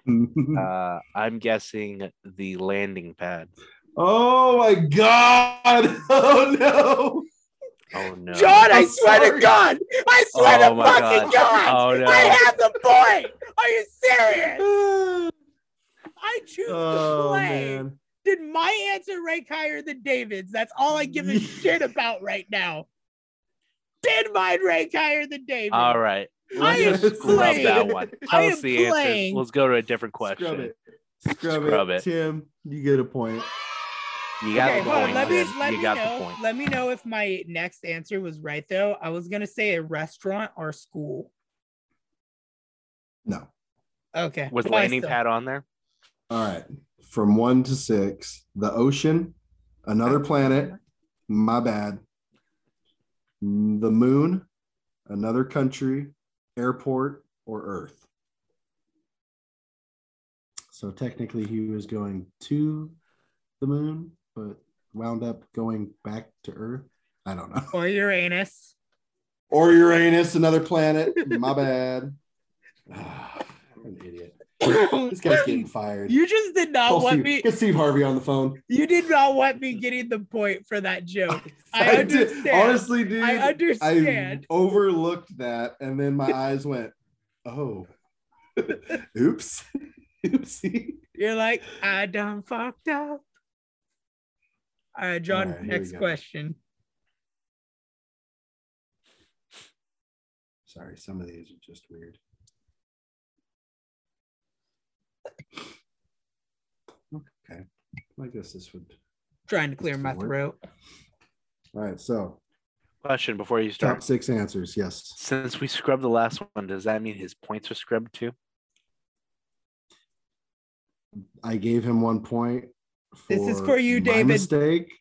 S3: Mm.
S4: uh, I'm guessing the landing pad.
S3: Oh my god! Oh no!
S4: Oh no.
S1: John, I
S3: I'm
S1: swear
S3: sorry.
S1: to God, I swear
S4: Oh
S1: to
S4: my
S1: fucking God,
S4: God. Oh, no.
S1: I have the point. Are you serious? I choose to
S3: oh
S1: play.
S3: man!
S1: Did my answer rank higher than David's? That's all I give a shit about right now. Did mine rank higher than David?
S4: All right.
S1: I am
S4: Let's just scrub
S1: playing.
S4: that one. Tell
S1: I
S4: us
S1: am
S4: the answer.
S1: playing.
S4: Let's go to a different question.
S3: Scrub it. Scrub,
S4: Scrub
S3: it.
S4: it.
S3: Tim, you get a point.
S4: You got
S1: Okay,
S4: the
S1: hold on.
S4: point.
S1: Let me
S4: Jim.
S1: let
S4: you
S1: me
S4: got the
S1: know.
S4: point.
S1: Let me know if my next answer was right though. I was gonna say a restaurant or school.
S3: No.
S1: Okay.
S4: Was
S1: Well, I
S4: landing
S1: still-
S4: pad on there?
S3: All right. From one to six, the ocean, another planet. My bad. mm, The moon, another country, airport, or Earth. So technically, he was going to the moon, but wound up going back to Earth. I don't know.
S1: or Uranus?
S3: Or Uranus, another planet. My bad. Ah, I'm an idiot. This guy's getting fired.
S1: You just did not
S3: Call
S1: want
S3: Steve-
S1: me.
S3: Get Steve Harvey on the phone.
S1: You did not want me getting the point for that joke. I
S3: did-
S1: understand.
S3: honestly, dude.
S1: I understand.
S3: overlooked that, and then my eyes went, "Oh, oops, oopsie."
S1: You're like, I done fucked up. All right, John.
S3: All right, here we
S1: next
S3: go.
S1: question.
S3: Sorry, some of these are just weird. Okay, I guess this would.
S1: Trying to clear my
S3: Work.
S1: throat.
S3: All right, so
S4: Question before you
S3: top
S4: start.
S3: six answers. Yes,
S4: Since we scrubbed the last one, does that mean his points are scrubbed too?
S3: I gave him one point.
S1: This is for you,
S3: my
S1: David.
S3: Mistake.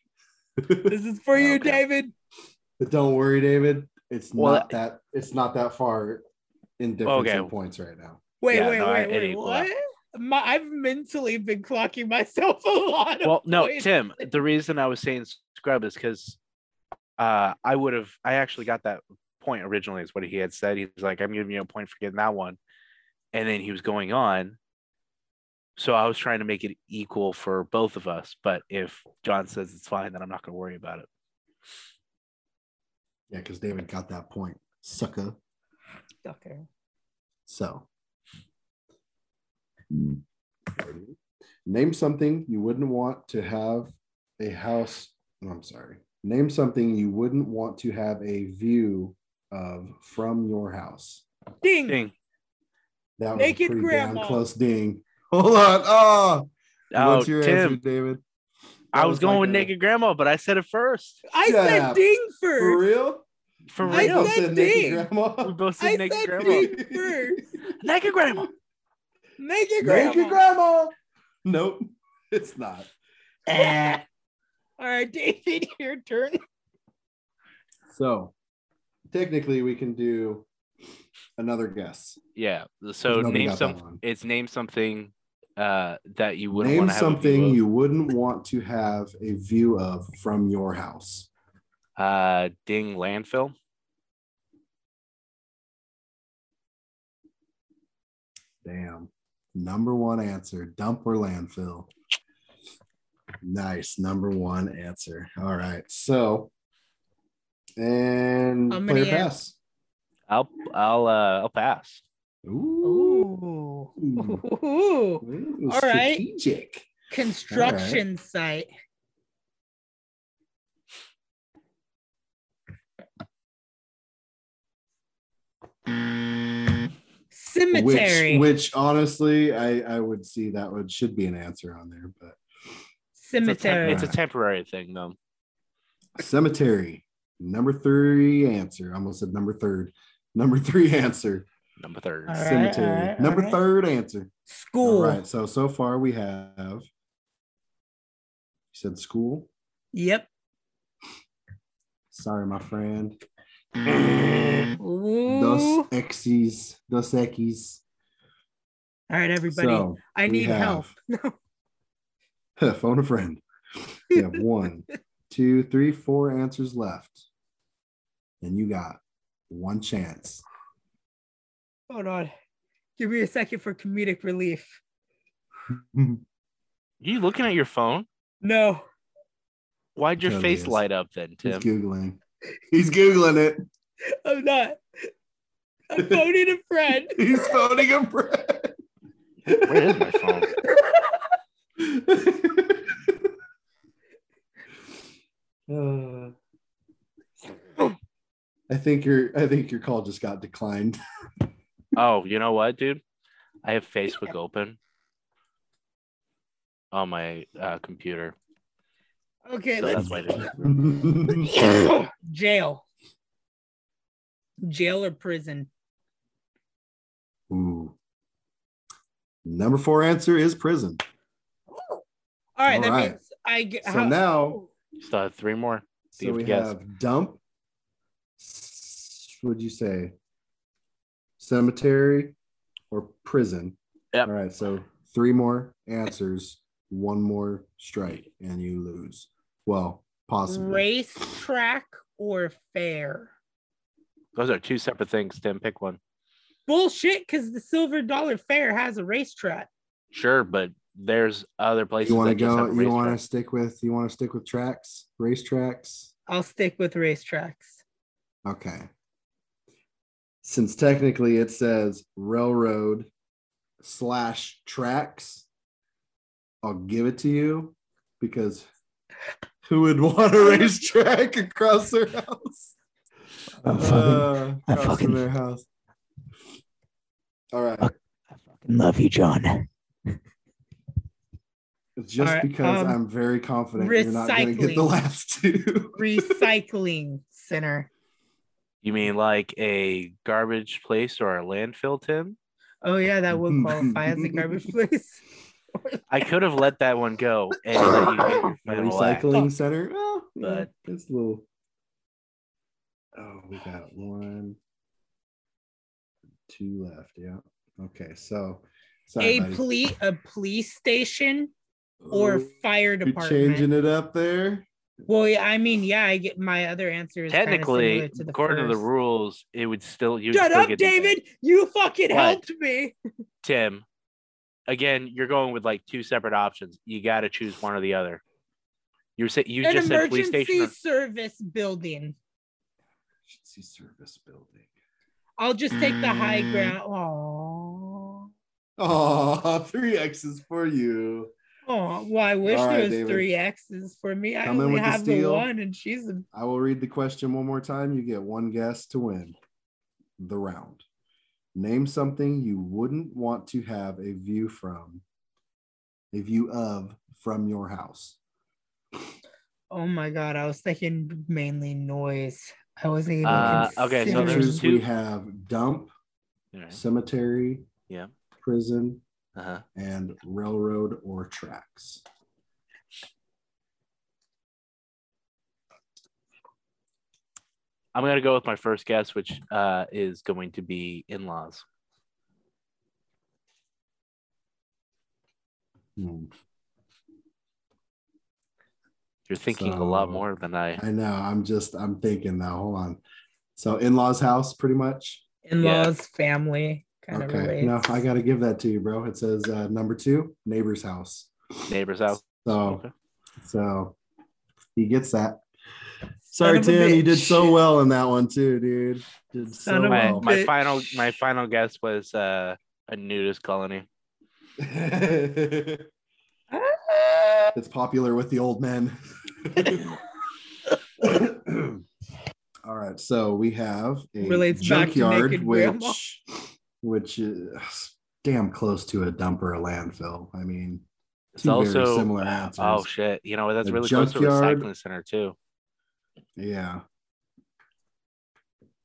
S1: This is for you,
S4: Okay.
S1: David.
S3: But don't worry, David. It's
S4: Well,
S3: not that it's not that far in difference
S4: Okay.
S3: in points right now.
S1: Wait,
S4: Yeah,
S1: wait,
S4: no, I-
S1: wait,
S4: it
S1: wait.
S4: ain't
S1: What?
S4: black.
S1: My, I've mentally been clocking myself a lot. of
S4: Well, no,
S1: points.
S4: Tim. The reason I was saying scrub is because uh, I would have. I actually got that point originally. Is what he had said. He was like, "I'm giving you a point for getting that one," and then he was going on. So I was trying to make it equal for both of us. But if John says it's fine, then I'm not going to worry about it.
S3: Yeah, because David got that point, sucker.
S1: Okay.
S3: So, name something you wouldn't want to have a house. no, I'm sorry. Name something you wouldn't want to have a view of from your house.
S1: Ding.
S4: Ding.
S3: That was
S1: Naked
S3: a pretty
S1: grandma.
S3: damn close ding. Hold on. Oh,
S4: Oh,
S3: what's your
S4: Tim.
S3: answer, David?
S4: I
S3: That
S4: was,
S3: like
S4: going with
S3: a-
S4: naked grandma, but I said it first.
S1: I
S3: Yeah.
S1: said ding
S3: For
S1: first.
S3: real?
S4: For
S1: I
S4: real.
S1: said ding.
S4: we
S3: grandma.
S4: both said
S1: I
S4: naked
S1: said
S4: grandma.
S1: ding first.
S4: Naked grandma.
S1: Make it
S3: Grandma.
S1: grandma.
S3: Naked grandma. Nope, it's not.
S4: Eh.
S1: Ah. All right, David, your turn.
S3: So technically, we can do another guess.
S4: Yeah. So
S3: Nobody
S4: name
S3: got that
S4: some.
S3: one.
S4: It's name something uh, that you wouldn't
S3: Name
S4: want to have a view
S3: something
S4: of?
S3: you wouldn't want to have a view of from your house.
S4: Uh, ding landfill.
S3: Damn. Number one answer dump or landfill. Nice. Number one answer. All right. So, and
S1: How
S3: player
S1: many an-
S3: pass.
S4: I'll I'll uh, I'll pass.
S3: Ooh.
S1: Ooh.
S3: Ooh.
S1: Ooh.
S3: Ooh,
S1: All right.
S3: Strategic.
S1: Construction site. Cemetery.
S4: Mm.
S3: Which, which honestly, I, I would see that would should be an answer on there, but
S4: It's a, tem-
S1: Cemetery.
S4: it's a temporary thing though.
S3: cemetery, number three answer. I almost said number third. Number three answer.
S4: Number third.
S1: All right,
S3: cemetery.
S1: all right, all
S3: number
S1: right.
S3: third answer.
S1: School.
S3: All right. So so far we have. You said school.
S1: Yep.
S3: Sorry, my friend. Dos
S1: Ooh.
S3: exes, dos equis.
S1: All right, everybody.
S3: So
S1: I
S3: we
S1: need
S3: have-
S1: help.
S3: phone a friend. We have one, two, three, four answers left, and you got one chance.
S1: Hold on. Give me a second for comedic relief.
S4: You looking at your phone?
S1: No.
S4: Why'd your
S3: Totally
S4: face
S3: is.
S4: light up then,
S3: He's
S4: Tim?
S3: googling. He's googling it.
S1: I'm not. I'm phoning a friend.
S3: He's phoning a friend.
S4: Where is my phone?
S3: Uh, I think your I think your call just got declined.
S4: Oh, you know what, dude? I have Facebook open on my uh, computer.
S1: Okay,
S4: So
S1: let's
S4: that's why they-
S1: jail. Jail or prison?
S3: Ooh. Number four answer is prison.
S1: All right,
S3: All
S1: that
S3: right.
S1: means I get.
S3: So now-
S4: still have three more.
S3: So
S4: You've
S3: we
S4: guessed.
S3: have dump. s- What'd you say? Cemetery or prison?
S4: Yep.
S3: All right. So three more answers, one more strike, and you lose. Well, possibly.
S1: race track or fair?
S4: Those are two separate things, Tim. Pick one.
S1: Bullshit, because the Silver Dollar Fair has a racetrack.
S4: Sure, but there's other places.
S3: You want to
S4: that just
S3: go?
S4: have a
S3: You want
S4: racetrack.
S3: to stick with? You want to stick with tracks, race tracks?
S1: I'll stick with racetracks.
S3: Okay. Since technically it says railroad slash tracks, I'll give it to you because who would want a racetrack across their house?
S5: I fucking,
S3: Uh,
S5: Oh, I
S3: across
S5: fucking-
S3: from their house. All right.
S5: I fucking love you, John.
S3: Just
S1: All right,
S3: because
S1: um,
S3: I'm very confident you're not going to get the
S1: recycling.
S3: last two.
S1: Recycling center.
S4: You mean like a garbage place or a landfill, Tim?
S1: Oh yeah, that would qualify as a garbage place.
S4: I could have let that one go and let you get your
S3: A
S4: final laugh.
S1: Oh.
S3: recycling center. Well, yeah,
S4: But-
S3: it's a little. Oh, we got one, two left. Yeah. Okay. So, sorry,
S1: a
S3: buddy.
S1: police a police station or
S3: Oh,
S1: fire
S3: you're
S1: department.
S3: changing it up there.
S1: Well, yeah, I mean, yeah, I get my other answer is kinda
S4: Technically,
S1: similar to the
S4: according to the
S1: first.
S4: rules, it would still you.
S1: Shut
S4: still
S1: up,
S4: get the-
S1: David! You fucking
S4: What?
S1: helped me.
S4: Tim. Again, you're going with like two separate options. You got to choose one or the other. You're say, you
S1: An
S4: just said police station.
S1: emergency
S4: or-
S1: service building.
S3: Emergency service building.
S1: I'll just take the high
S3: Mm.
S1: ground. Oh,
S3: Oh, three X's for you.
S1: oh. Well, I wish
S3: All right,
S1: there was
S3: David.
S1: three X's for me. I
S3: Come in
S1: only
S3: with the
S1: have the
S3: steal.
S1: one, and she's a
S3: I will read the question one more time. You get one guess to win the round. Name something you wouldn't want to have a view from, a view of from your house.
S1: Oh my god, I was thinking mainly noise. I wasn't even
S4: Uh, okay, so
S1: considering-
S4: there's
S3: Answers
S4: two-
S3: we have dump,
S4: All right.
S3: cemetery,
S4: Yeah.
S3: prison,
S4: Uh-huh.
S3: and railroad or tracks.
S4: I'm gonna go with my first guess, which uh, is going to be in-laws.
S3: Hmm.
S4: You're thinking a lot
S3: So-
S4: more than I.
S3: I know. I'm just. I'm thinking now. Hold on. So in-laws house, pretty much.
S1: in-laws, family, kind of
S3: Okay.
S1: relates.
S3: No, I got to give that to you, bro. It says uh, number two, neighbor's house.
S4: Neighbor's house.
S3: So,
S4: Okay.
S3: so he gets that.
S1: Son
S3: Sorry,
S1: of a
S3: Tim. You did
S1: bitch.
S3: so well in that one too, dude. Did so
S1: Son of a
S4: My,
S3: well.
S4: my
S1: bitch.
S4: final my final guess was uh, a nudist colony.
S3: it's popular with the old men. All right, so we have a
S1: Relates back to
S3: junkyard,
S1: naked grandma.
S3: which, which is damn close to a dump or a landfill. I mean,
S4: It's
S3: two very
S4: also
S3: similar answers.
S4: oh shit, you know that's
S3: The
S4: really close to a
S3: junkyard.
S4: recycling center too.
S3: Yeah.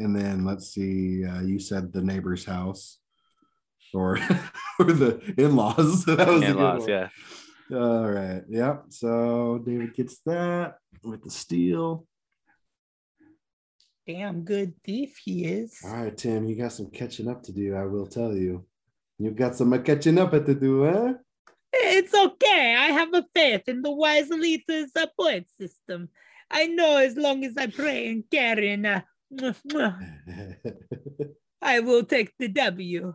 S3: And then let's see. Uh, you said the neighbor's house, or or the in-laws. that was a good
S4: In-laws,
S3: one.
S4: yeah.
S3: All right. Yep. So David gets that with the steal.
S1: Damn good thief he is.
S3: All right, Tim. You got some catching up to do. I will tell you. You've got some uh, catching up to do, huh?
S1: It's okay. I have a faith in the wise leaders support system. I know as long as I pray and carry and uh, mwah, mwah, I will take the W.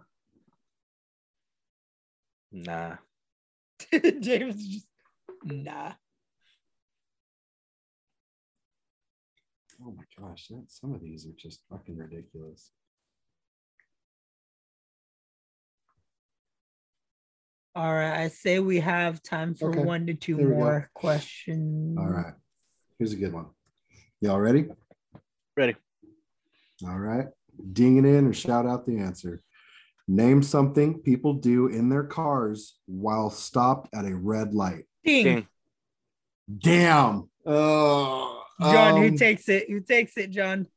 S4: Nah.
S1: James is just nah.
S3: oh my gosh, that, some of these are just fucking ridiculous.
S1: All right, I say we have time for
S3: Okay,
S1: one to two
S3: there we go.
S1: more questions.
S3: All right. Here's a good one. Y'all ready?
S4: Ready.
S3: All right. Ding it in or shout out the answer. Name something people do in their cars while stopped at a red light.
S1: Ding.
S4: Ding.
S3: Damn. Oh,
S1: John, who
S3: um,
S1: takes it? Who takes it, John?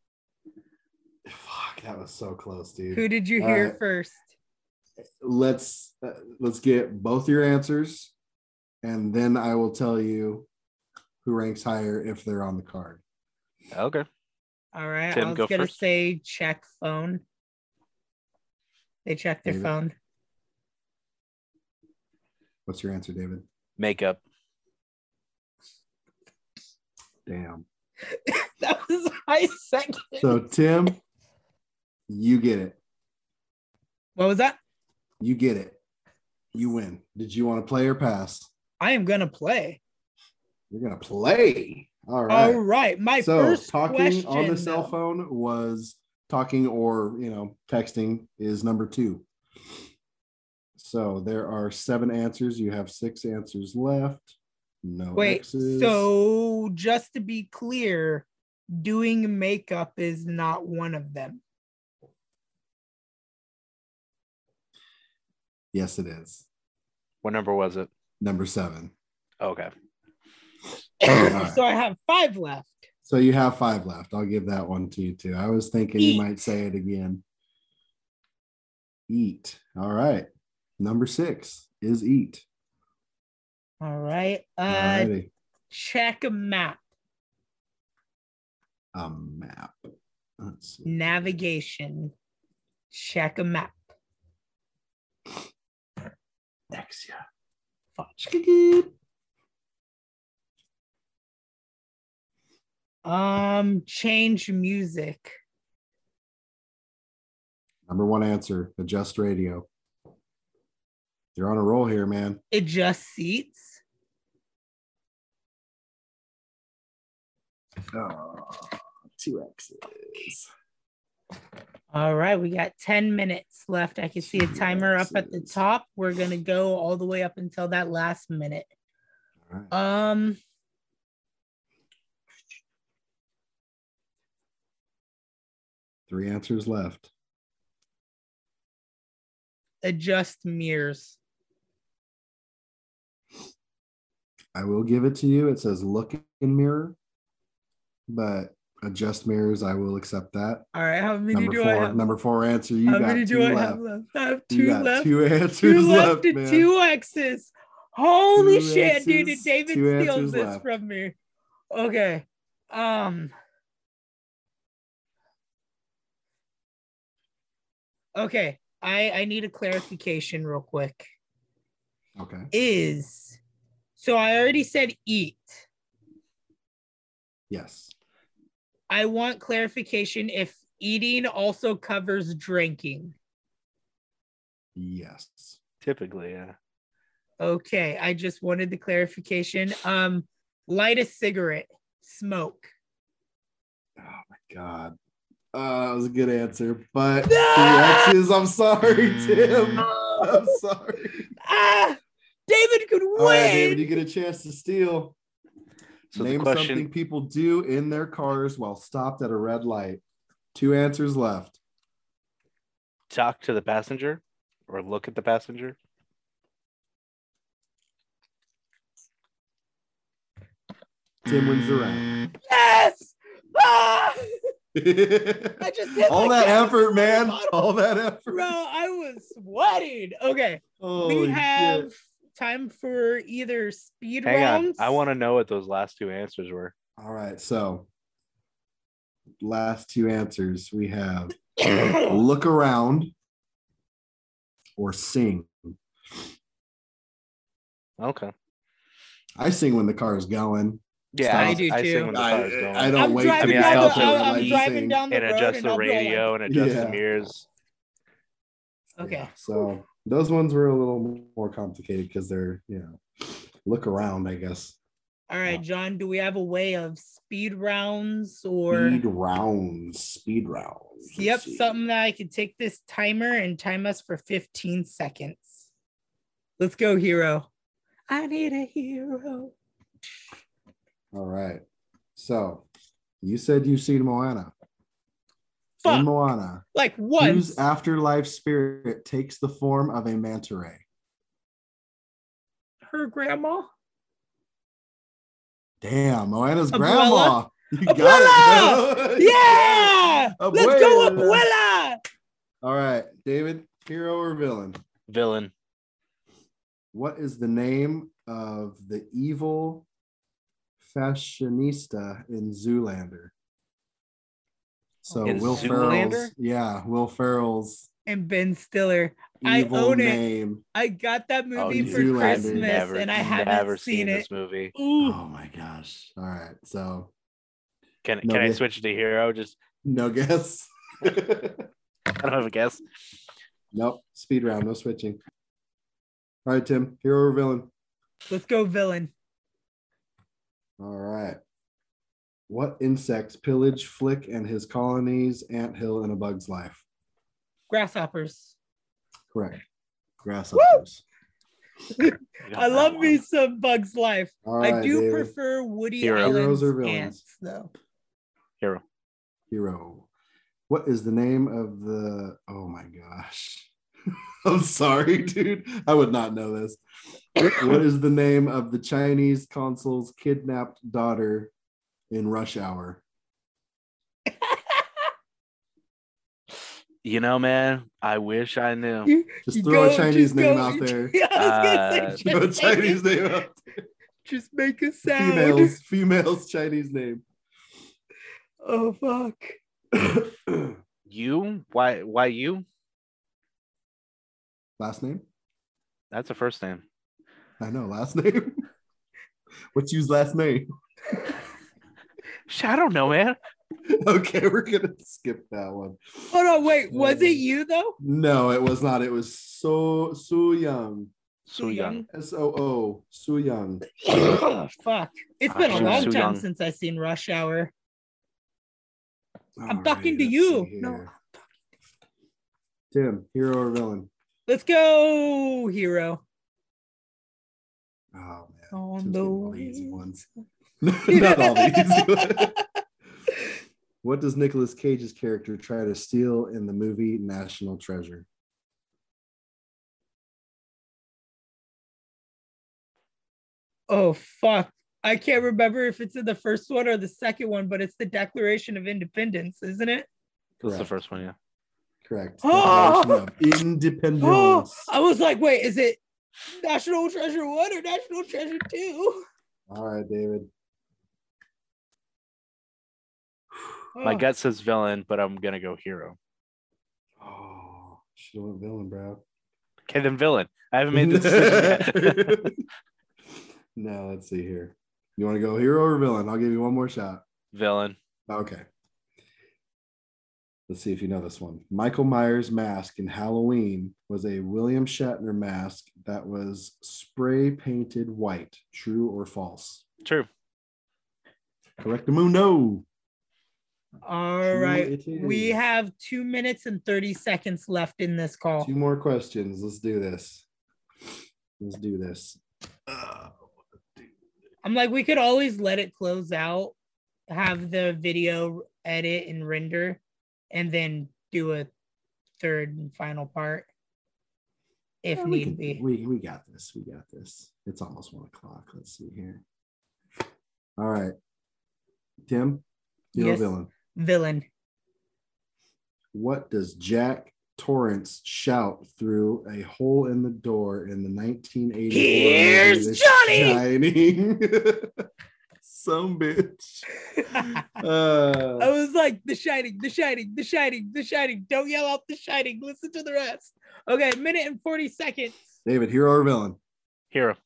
S3: Fuck, that was so close,
S1: Who
S3: dude.
S1: did you
S3: all
S1: hear
S3: right.
S1: first?
S3: Let's uh, let's get both your answers, and then I will tell you who ranks higher if they're on the card.
S4: Okay.
S1: All right,
S4: Tim,
S1: I was
S4: go
S1: gonna
S4: first.
S1: say check phone. They check their
S3: David.
S1: phone.
S3: What's your answer, David?
S4: Makeup.
S3: Damn.
S1: That was my second.
S3: So Tim, you get it.
S1: what was that?
S3: You get it. You win. Did you want to play or pass?
S1: I am gonna play.
S3: You're gonna play. All
S1: All
S3: right.
S1: right, my
S3: so
S1: first
S3: talking
S1: question
S3: on the cell
S1: though.
S3: phone was talking or you know texting is number two. So there are seven answers. You have six answers left. No
S1: Wait,
S3: X's.
S1: so just to be clear, doing makeup is not one of them.
S3: yes, it is
S4: What number was it?
S3: number seven.
S4: Okay.
S3: right.
S1: So I have five left.
S3: So you have five left. I'll give that one to you too. I was thinking
S1: Eat.
S3: you might say it again. Eat. All right. Number six is eat.
S1: All right. Uh
S3: Alrighty.
S1: check a map,
S3: A map. Let's see.
S1: navigation, check a map.
S3: Nexia.
S1: Um change music.
S3: Number one answer adjust radio. You're on a roll here, man.
S1: Adjust seats.
S3: Oh, two X's.
S1: All right, we got 10 minutes left. I can see a timer up at the
S3: Jesus.
S1: top. We're gonna go all the way up until that last minute.
S3: All right.
S1: Um
S3: Three answers left.
S1: adjust mirrors.
S3: I will give it to you. It says look in mirror, but adjust mirrors. I will accept that.
S1: All right, how many
S3: number
S1: do
S3: four,
S1: I have?
S3: number four answer. You
S1: how
S3: got
S1: many
S3: two
S1: do I
S3: left.
S1: have left? I have
S3: You
S1: two
S3: got
S1: left.
S3: two answers
S1: Two left,
S3: left,
S1: and
S3: man.
S1: two X's. Holy
S3: Two
S1: shit, dude! Did
S3: X's,
S1: David
S3: two
S1: steal
S3: answers
S1: this
S3: left.
S1: from me? Okay. Um. Okay, I I need a clarification real quick.
S3: Okay.
S1: is so I already said eat.
S3: Yes.
S1: I want clarification if eating also covers drinking.
S3: Yes.
S4: Typically, yeah.
S1: Okay, I just wanted the clarification. Um, light a cigarette, smoke.
S3: Oh my god. Uh, that was a good answer, but the X's, I'm sorry, Tim. I'm sorry.
S1: Ah, David could win.
S3: All right, David, you get a chance to steal.
S4: So the
S3: Name
S4: question,
S3: something people do in their cars while stopped at a red light. Two answers left.
S4: talk to the passenger or look at the passenger.
S3: Tim wins the round.
S1: Yes. Ah, I just hit
S3: All
S1: my
S3: that
S1: gas
S3: effort,
S1: on the
S3: man.
S1: bottom.
S3: All that effort.
S1: Bro, I was sweating. Okay,
S3: Holy
S1: we have
S3: shit.
S1: time for either speed
S4: Hang
S1: rounds.
S4: on. I want to know what those last two answers were.
S3: All right, so last two answers we have look around or sing.
S4: Okay.
S3: I sing when the car is going.
S4: Yeah,
S3: Stop.
S4: I,
S1: I do
S4: I sing
S1: too.
S4: when the
S3: I,
S4: car is going.
S3: I don't
S1: I'm
S3: wait to
S1: driving,
S3: be
S4: I mean,
S1: down,
S4: also
S1: the, I'm,
S4: like
S1: I'm driving down the
S4: and
S1: road
S4: adjust
S1: and
S4: the
S1: I'll be like-
S4: radio and adjust
S3: Yeah.
S4: the mirrors.
S1: Okay.
S3: So those ones were a little more complicated because they're, you know, look around, I guess.
S1: All right, John, do we have a way of speed rounds or
S3: Speed rounds, speed rounds. Let's
S1: yep,
S3: see.
S1: something that I could take this timer and time us for 15 seconds. Let's go, hero. I need a hero.
S3: All right. So you said you've seen Moana.
S1: Fuck.
S3: In Moana,
S1: Like once.
S3: whose afterlife spirit takes the form of a manta ray?
S1: her grandma.
S3: Damn, Moana's
S1: Abuela?
S3: grandma. You got it, bro. You got it.
S1: Yeah. Let's go,
S3: Abuela.
S1: Abuela.
S3: All right, David, hero or villain?
S4: Villain.
S3: What is the name of the evil fashionista in Zoolander? So
S4: In
S3: Will
S4: Zoolander?
S3: Ferrell's, yeah, Will Ferrell's
S1: And Ben Stiller. I
S3: evil
S1: own it.
S3: name.
S1: I got that
S4: Oh,
S1: movie
S3: you
S1: for
S3: do. I've
S1: Christmas
S4: never,
S1: and I haven't
S4: never
S1: seen,
S4: this
S1: it.
S4: movie.
S1: Ooh.
S3: Oh my gosh! All right, so
S4: Can
S3: No,
S4: can I
S3: yeah.
S4: switch to hero? Just
S3: no guess.
S4: I don't have a guess.
S3: nope, speed round, no switching. All right, Tim, hero or villain?
S1: Let's go, villain.
S3: All right. What insects pillage Flick and his colonies, Ant Hill, and a bug's life?
S1: Grasshoppers.
S3: Correct. Grasshoppers.
S1: I love me some Bugs Life.
S3: All
S1: I
S3: right,
S1: do
S3: David.
S1: prefer Woody
S4: Hero.
S1: Allen's
S3: Heroes or villains?
S1: ants, though.
S4: hero.
S3: hero. What is the name of the? Oh my gosh. I'm sorry, dude. I would not know this. what is the name of the Chinese consul's kidnapped daughter in Rush Hour?
S4: You know, man, I wish I knew.
S3: Just
S1: You
S3: throw
S1: go-
S3: a Chinese
S1: just
S3: name
S1: go-
S3: out there.
S1: Yeah, I
S4: Uh,
S1: was
S3: Throw
S1: gonna
S3: a
S1: say, just,
S3: Chinese
S1: make,
S3: name out.
S1: just make a sound.
S3: Females, females, Chinese name.
S1: Oh, fuck.
S4: You? Why? Why you?
S3: last name?
S4: That's a first name.
S3: I know last name. What's you's last name?
S4: Shit, I don't know, man.
S3: Okay, we're gonna skip that one.
S1: Hold on, wait. Was
S3: Uh,
S1: it you, though?
S3: No, it was not. It was so so young.
S4: So young.
S3: S O O so young.
S1: Oh, fuck. It's been a
S4: Ah,
S1: long
S4: Su
S1: time
S4: Young.
S1: since I've seen Rush Hour. I'm
S3: All
S1: talking to
S3: right,
S1: you.
S3: let's see
S1: No, I'm
S3: here.
S1: talking.
S3: Tim, hero or villain?
S1: Let's go, hero.
S3: Oh man,
S1: On the
S3: Tim's getting all the easy
S1: wings.
S3: ones. not all the easy ones. What does Nicolas Cage's character try to steal in the movie National Treasure?
S1: Oh fuck. I can't remember if it's in the first one or the second one, but it's the Declaration of Independence, isn't it?
S4: That's the
S3: Correct.
S4: first one. Yeah.
S3: Correct.
S1: Oh!
S3: Declaration of Independence.
S1: Oh, I was like, wait, is it National Treasure One or National Treasure Two?
S3: All right, David.
S4: My
S1: Oh,
S4: gut says villain, but I'm gonna go hero.
S3: Oh, should have went villain, bro.
S4: Okay, then villain. I haven't made the decision yet.
S3: now let's see here. You want to go hero or villain? I'll give you one more shot.
S4: villain.
S3: Okay. Let's see if you know this one. Michael Myers' mask in Halloween was a William Shatner mask that was spray painted white. True or false?
S4: True.
S3: Correct the moon. No.
S1: All
S3: True
S1: right.
S3: it
S1: We
S3: is.
S1: have two minutes and 30 seconds left in this call.
S3: Two more questions. Let's do this. Let's do this. Uh,
S1: I'm like, we could always let it close out, have the video edit and render, and then do a third and final part if
S3: yeah, we
S1: need
S3: can-
S1: be.
S3: We, we got this. We got this. It's almost one o'clock. Let's see here. All right. Tim, you're
S1: Yes.
S3: a villain.
S1: Villain.
S3: What does Jack Torrance shout through a hole in the door in the 1984?
S1: Here's
S3: movie, The
S1: Johnny!
S3: Shining? Some bitch.
S1: I
S3: Uh,
S1: was like, the shining, the shining, the shining, the shining. Don't yell out the shining. Listen to the rest. Okay, minute and 40 seconds.
S3: David, hero or villain?
S4: Hero.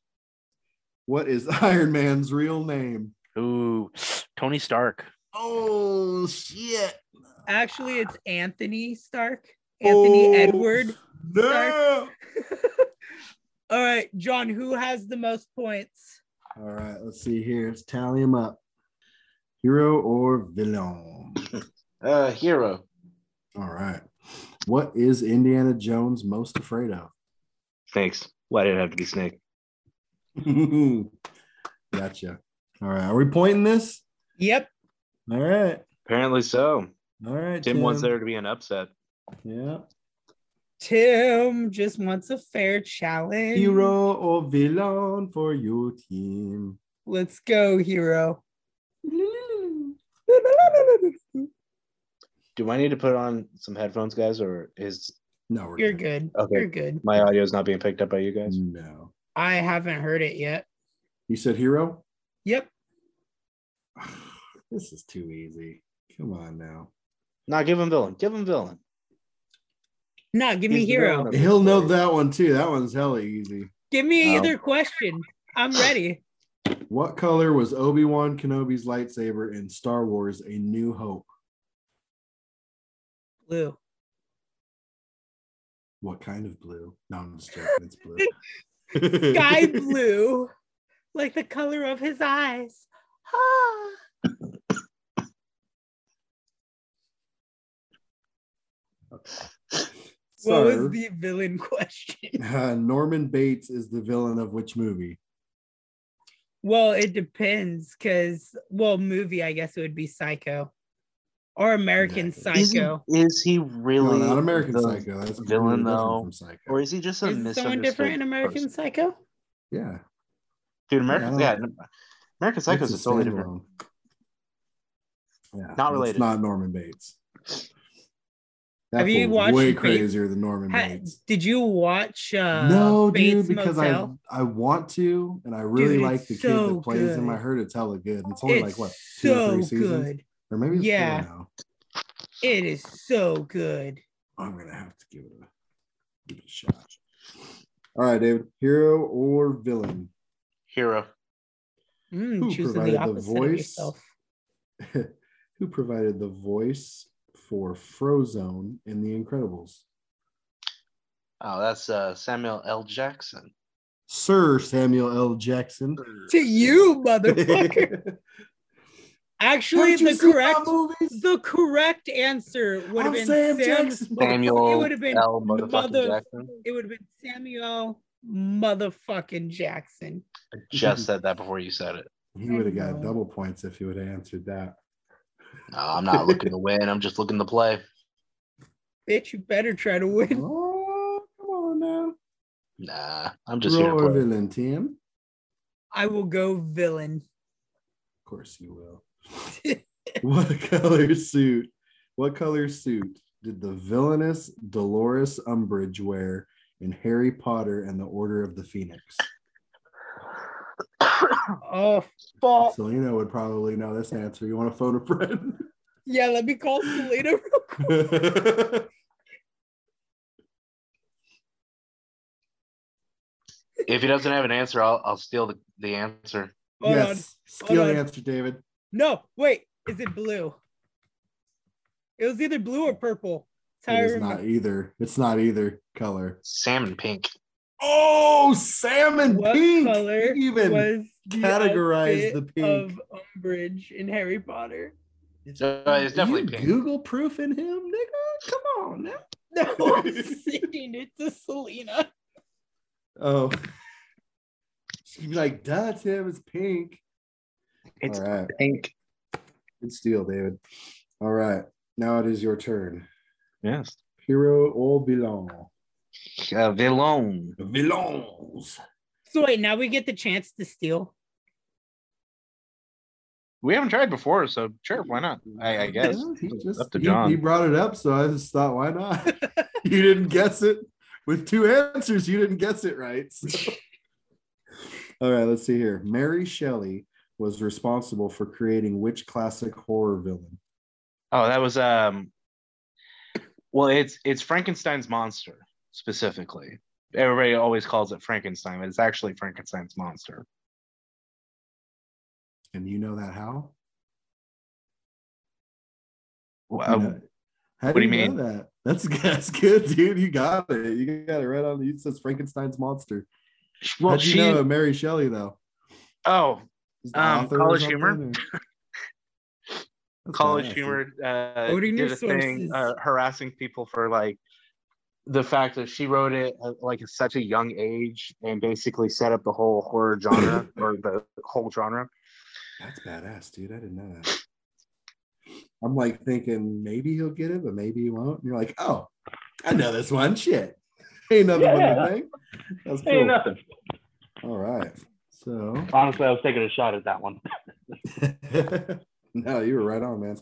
S3: What is Iron Man's real name?
S4: Ooh, Tony Stark.
S3: Oh, shit.
S1: Actually, it's Anthony Stark. Anthony
S3: Oh,
S1: Edward.
S3: No.
S1: All right, John, who has the most points?
S3: All right, let's see here. Let's tally them up. Hero or villain?
S2: Uh, hero.
S3: All right. What is Indiana Jones most afraid of?
S6: Snakes. Why did it have to be snake?
S3: gotcha. All right. Are we pointing this?
S1: Yep.
S3: All right.
S6: Apparently so.
S3: All right.
S6: Tim wants there to be an upset.
S3: Yeah.
S1: Tim just wants a fair challenge.
S3: Hero or villain for your team?
S1: Let's go, hero.
S6: Do I need to put on some headphones, guys, or is
S3: No, we're
S1: You're good.
S6: Okay.
S1: You're good.
S6: my audio is not being picked up by you guys?
S3: No.
S1: I haven't heard it yet.
S3: You said hero?
S1: Yep.
S3: this is too easy. Come on now.
S6: Nah, give him villain. Give him villain.
S1: No, give me
S6: He's the
S1: hero.
S6: villain.
S3: He'll know that one too. That one's hella easy.
S1: Give me
S6: Oh.
S1: either question. I'm ready.
S3: What color was Obi Wan Kenobi's lightsaber in Star Wars A New Hope?
S1: Blue.
S3: What kind of blue? No, I'm just joking. It's blue.
S1: Sky blue, like the color of his eyes. Ah. What
S3: Sir.
S1: was the villain question?
S3: Uh, Norman Bates is the villain of which movie?
S1: Well, it depends because, well, movie, I guess it would be Psycho or American
S3: Exactly.
S6: Is he,
S1: Psycho.
S6: is he
S3: No,
S6: really
S3: not American
S6: the-
S3: Psycho. That's completely
S6: villain,
S3: different
S6: though.
S3: From Psycho.
S6: Or is he just a
S1: Is it someone
S6: misunderstood
S1: different in American
S6: person?
S1: Psycho?
S3: yeah,
S6: Dude, American,
S3: Yeah, I
S6: yeah, American Psycho
S3: it's
S6: is
S3: a
S6: totally different.
S3: standalone. Yeah,
S6: Not
S3: it's
S6: related.
S3: not Norman Bates. That
S1: Have you
S3: fool's
S1: watched
S3: way
S1: Bates-
S3: crazier than Norman
S1: Ha-
S3: Bates?
S1: did you watch uh,
S3: no,
S1: Bates
S3: dude, because
S1: Motel?
S3: I I want to, and I really
S1: Dude,
S3: like
S1: it's
S3: the kid
S1: so
S3: that plays him. I
S1: good.
S3: heard it's hella good. It's only
S1: it's
S3: like what two or
S1: so
S3: three seasons,
S1: good.
S3: or maybe it's
S1: Yeah.
S3: yeah. Four now.
S1: It is so good.
S3: I'm gonna have to give it a give it a shot. All right, David, hero or villain?
S2: Hero.
S1: Mm,
S3: Who
S1: choosing
S3: provided
S1: the
S3: the
S1: opposite of
S3: voice?
S1: yourself.
S3: who provided the voice for Frozone in The Incredibles?
S6: Oh, that's uh, Samuel L. Jackson.
S3: Sir Samuel L. Jackson.
S1: To you, motherfucker.
S3: Haven't
S1: Actually,
S3: you
S1: the
S3: seen my
S1: correct
S3: movies?
S1: the correct answer would have
S3: I'm
S1: been
S3: Sam
S1: Sam-
S3: Jackson.
S6: Samuel
S1: would've been
S6: L. Motherfucking
S1: mother-
S6: Jackson.
S1: It would have been Samuel motherfucking Jackson.
S6: I just said that before you said it.
S3: He would have got
S1: Mhm.
S3: double points if he would have answered that.
S6: No, I'm not looking to win. I'm just looking to play.
S1: Bitch, you better try to win.
S3: Oh, come on now.
S6: Nah, I'm just here
S3: Hero
S6: to
S3: or
S6: play.
S3: villain, Tim? Of
S1: I will go villain.
S3: course you will. what color suit? What color suit did the villainous Dolores Umbridge wear in Harry Potter and the Order of the Phoenix?
S1: Oh fuck.
S3: Selena would probably know this answer. You want to phone a friend?
S1: Yeah, let me call Selena.
S3: All
S4: If he doesn't have an answer, I'll I'll steal the, the answer.
S1: Hold on.
S3: yes. Steal
S1: hold
S3: the
S1: on.
S3: answer, David.
S1: No, wait. Is it blue? It was either blue or purple. That's how I
S3: It is
S1: remember.
S3: not either. It's not either color.
S4: Salmon pink.
S3: Oh, salmon
S1: What
S3: pink.
S1: color
S3: You even
S1: was the
S3: categorize the
S1: outfit
S3: pink.
S1: of Umbridge in Harry Potter?
S4: So, uh, it's definitely
S3: you
S4: pink.
S3: Google proofing him, nigga. Come on now.
S1: No, I'm sending it to Selena.
S3: Oh. She'd be like, duh, Tim, it's pink.
S4: It's
S3: All right.
S4: pink.
S3: Good steal, David. All right. Now it is your turn.
S4: Yes.
S3: Hero or villain?
S4: Uh, Villon.
S3: Villains.
S1: So wait, now we get the chance to steal.
S4: We haven't tried before, so sure, why not? I, I guess.
S3: he just
S4: Up to
S3: he-
S4: John.
S3: He, brought it up, so I just thought, why not? you didn't guess it with two answers. You didn't guess it right. so. All right, let's see here. Mary Shelley was responsible for creating which classic horror villain?
S4: Oh, that was um. Well, it's it's Frankenstein's monster specifically. Everybody always calls it Frankenstein, but it's actually Frankenstein's monster.
S3: And you know that how?
S4: Well, uh,
S3: You know- how
S4: Um, what do you
S3: know that? That's that's good, dude. You got it. You got it right on. the- It says Frankenstein's monster.
S4: sh- well,
S3: How'd you
S4: she.
S3: know Mary Shelley though?
S4: Oh,
S3: Is the
S4: Um,
S3: author or
S4: College
S3: something,
S4: Humor.
S3: or- That's
S4: college
S3: badass, dude.
S4: humor uh,
S1: Quoting
S4: did
S1: your
S4: a thing
S1: sources.
S4: uh, harassing people for like the fact that she wrote it at like at such a young age and basically set up the whole horror genre or the whole genre.
S3: That's badass, dude. I didn't know that. I'm like thinking maybe he'll get it, but maybe he won't. And you're like, oh, I know this one. Shit. Ain't nothing but a thing. That's cool.
S7: nothing.
S3: All right. So
S7: Honestly, I was taking a shot at that one.
S3: no, you were right on, man.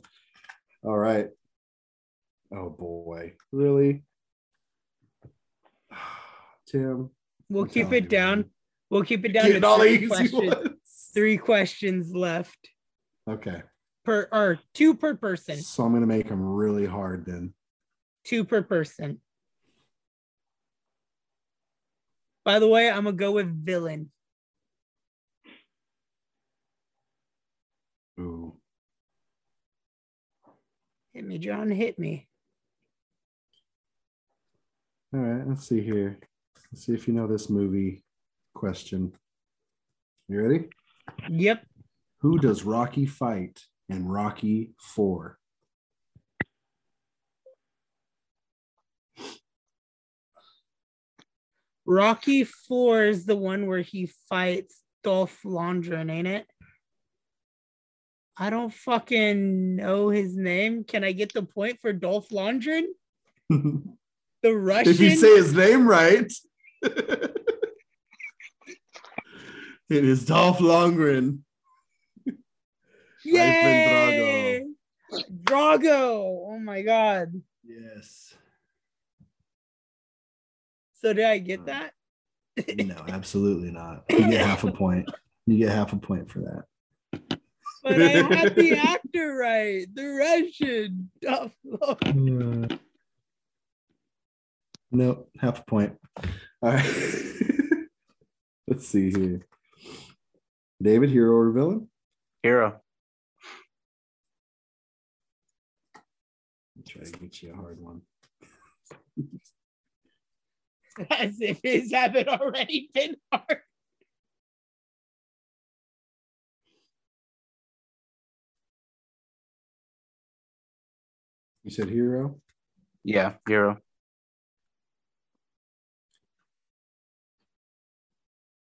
S3: All right. Oh boy. Really? Tim.
S1: We'll
S3: I'm
S1: keep
S3: telling
S1: it
S3: you,
S1: down.
S3: man.
S1: We'll keep it down
S3: Getting
S1: to
S3: all the
S1: three
S3: easy
S1: questions.
S3: ones.
S1: Three questions left
S3: Okay.
S1: per or two per person.
S3: So I'm gonna make them really hard then.
S1: Two per person. By the way, I'm gonna go with villain.
S3: Ooh.
S1: Hit me, John. Hit me.
S3: All right, let's see here. Let's see if you know this movie question. You ready?
S1: Yep.
S3: Who does Rocky fight in Rocky Four?
S1: Rocky Four is the one where he fights Dolph Lundgren, ain't it? I don't fucking know his name. Can I get the point for Dolph Lundgren?
S3: if
S1: The Russian.
S3: you say his name right, it is Dolph Lundgren.
S1: Yay! Drago. Oh my god.
S3: Yes.
S1: So did I get that?
S3: No, absolutely not. You get half a point. You get half a point for that.
S1: But I had the actor right. The Russian. Oh, Dolph Lundgren.
S3: Uh, no, half a point. All right. Let's see here. David, hero or villain?
S4: Hero.
S3: Try to get you a hard one.
S1: As if his haven't already been hard.
S3: You said hero?
S4: Yeah, hero.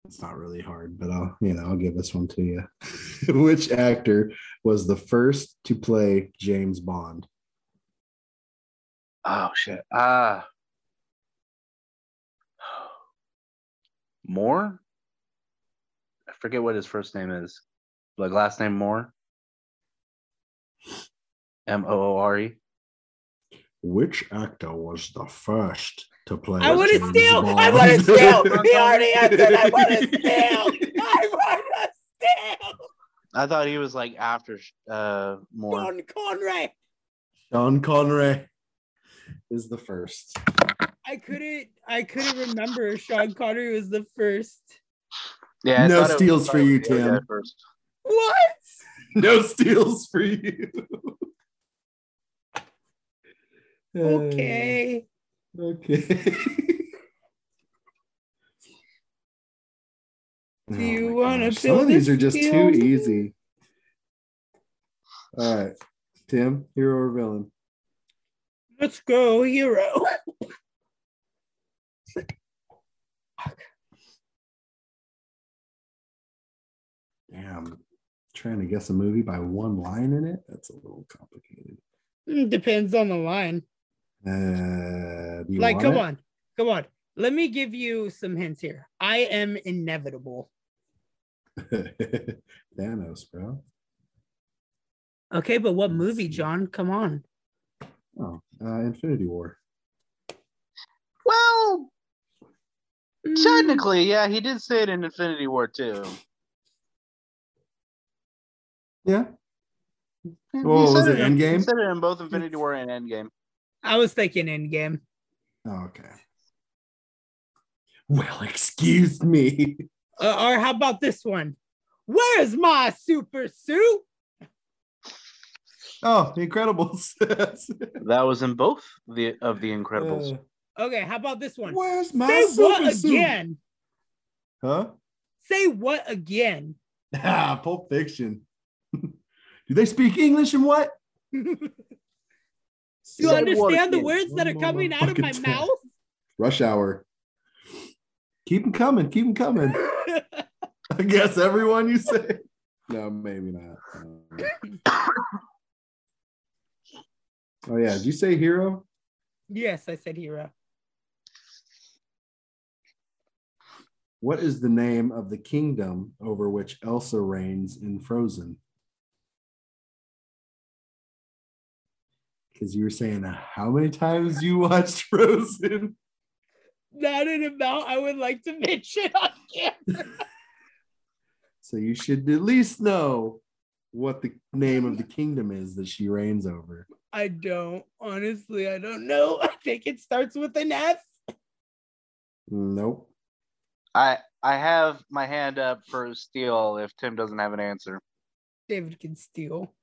S3: It's not really hard, but I'll you know I'll give this one to you. Which actor was the first to play James Bond?
S4: Oh shit. Ah. Moore? I forget what his first name is. Like last name Moore? M O O R E.
S3: Which actor was the first to play?
S1: I want to
S3: James
S1: steal. I
S3: Bond?
S1: want to steal. He already answered. I want to steal. I want to steal.
S4: I thought he was like after uh Moore.
S1: Don Conrad.
S3: Sean Connery is the first.
S1: I couldn't I couldn't remember if Sean Connery was the first.
S4: Yeah, I thought
S3: No
S4: it was-
S3: steals
S4: I
S3: for
S4: thought it
S3: you,
S4: was the other
S3: Tim.
S4: guy first.
S1: What?
S3: No steals for you.
S1: Okay.
S3: Uh, okay.
S1: Do you
S3: Oh my
S1: wanna
S3: gosh. Some of
S1: build a
S3: these are just too
S1: steel?
S3: easy. All right, Tim, hero or villain?
S1: Let's go, hero.
S3: Damn, trying to guess a movie by one line in it. That's a little complicated.
S1: Mm, Depends on the line.
S3: Uh, do you
S1: like,
S3: want
S1: come
S3: it?
S1: on. Come on. Let me give you some hints here. I am inevitable.
S3: Thanos, bro.
S1: Okay, but what
S3: Let's
S1: movie,
S3: see.
S1: John? Come on.
S3: Oh, uh, Infinity War.
S4: Well,
S1: Mm,
S4: technically, yeah, he did say it in Infinity War too.
S3: Yeah.
S4: He- he
S3: Well,
S4: said
S3: was it
S4: in-
S3: Endgame?
S4: He said it in both Infinity War and Endgame.
S1: I was thinking Endgame.
S3: Oh, okay. Well, excuse me.
S1: Uh, or how about this one? Where's my super suit?
S3: Oh, The Incredibles.
S4: That was in both the of the
S3: Uh.
S4: Incredibles.
S1: Okay, how about this one?
S3: Where's my
S1: Say
S3: super
S1: what
S3: suit?
S1: again?
S3: Huh?
S1: Say what again?
S3: Ah, Pulp Fiction. Do they speak English and what?
S1: Do you
S4: Say what
S1: understand the
S4: again?
S1: words that are
S3: One
S1: coming out of my
S3: motherfucking time.
S1: mouth?
S3: Rush Hour. Keep them coming. Keep them coming. I guess everyone you say. No, maybe not. Uh, oh yeah, did you say hero?
S1: yes, I said hero.
S3: What is the name of the kingdom over which Elsa reigns in Frozen? Because you were saying how many times you watched Frozen?
S1: Not an amount I would like to mention on camera.
S3: So you should at least know what the name of the kingdom is that she reigns over.
S1: I don't. Honestly, I don't know. I think it starts with an F.
S3: Nope.
S4: I I have my hand up for Steel if Tim doesn't have an answer.
S1: David can steal.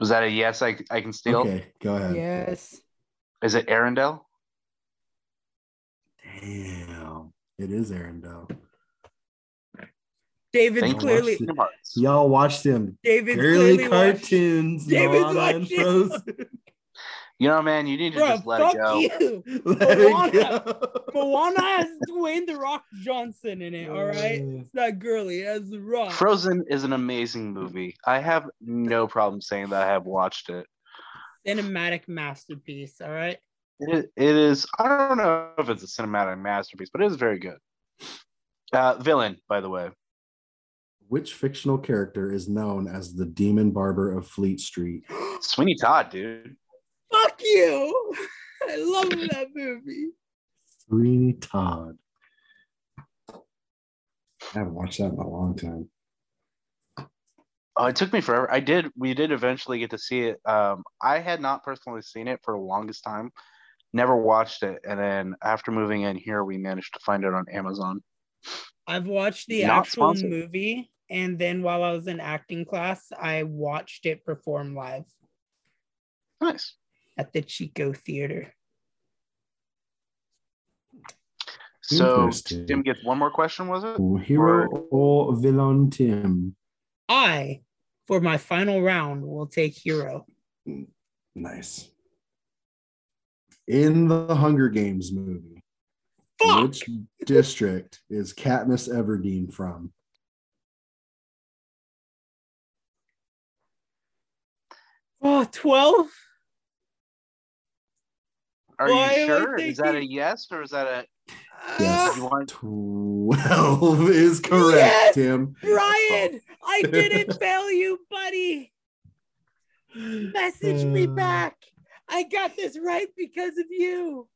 S4: Was that a yes? I I can steal.
S3: Okay, go ahead.
S1: Yes.
S4: Is it Arendelle?
S3: Damn. It is Arendelle.
S1: David's
S4: Thank you.
S1: clearly
S3: Watch it.
S4: Smarts.
S3: Y'all watch them
S1: David's
S3: girly
S1: clearly watched-
S3: cartoons.
S1: David's
S3: David's
S1: watching.
S3: Frozen.
S4: You know, man, you need to
S1: Bruh,
S4: just let it go.
S1: fuck you.
S3: Let it go.
S1: Moana has Dwayne the Rock Johnson in it. All right,
S3: Uh,
S1: it's not girly. It has the Rock.
S4: Frozen is an amazing movie. I have no problem saying that I have watched it.
S1: Cinematic masterpiece. All right.
S4: It, it is. I don't know if it's a cinematic masterpiece, but it is very good. Uh, villain, by the way.
S3: Which fictional character is known as the demon barber of Fleet Street?
S4: Sweeney Todd, dude.
S1: Fuck you. I love that movie.
S3: Sweeney Todd. I haven't watched that in a long time.
S4: Oh, it took me forever. I did. We did eventually get to see it. Um, I had not personally seen it for the longest time. Never watched it, and then after moving in here, we managed to find it on Amazon.
S1: I've watched the
S4: Not
S1: actual
S4: sponsored.
S1: movie, and then while I was in acting class, I watched it perform live
S4: Nice.
S1: at the Chico Theater.
S4: So
S3: Interesting.
S4: Tim gets one more question. Was it?
S3: Hero or villain Tim?
S1: I, for my final round, will take Hero.
S3: Nice. In the Hunger Games movie,
S1: Fuck.
S3: which district is Katniss Everdeen from?
S1: Oh, 12?
S4: Are
S1: Why am I
S4: you sure? Is that a
S1: thinking-
S4: yes or is that a?
S1: Uh,
S3: Yes.
S1: Ah,
S4: You want
S3: 12 is correct,
S1: Yes!
S3: Tim.
S1: Ryan, I didn't fail you, buddy. Message me
S3: Uh.
S1: back. I got this right because of you,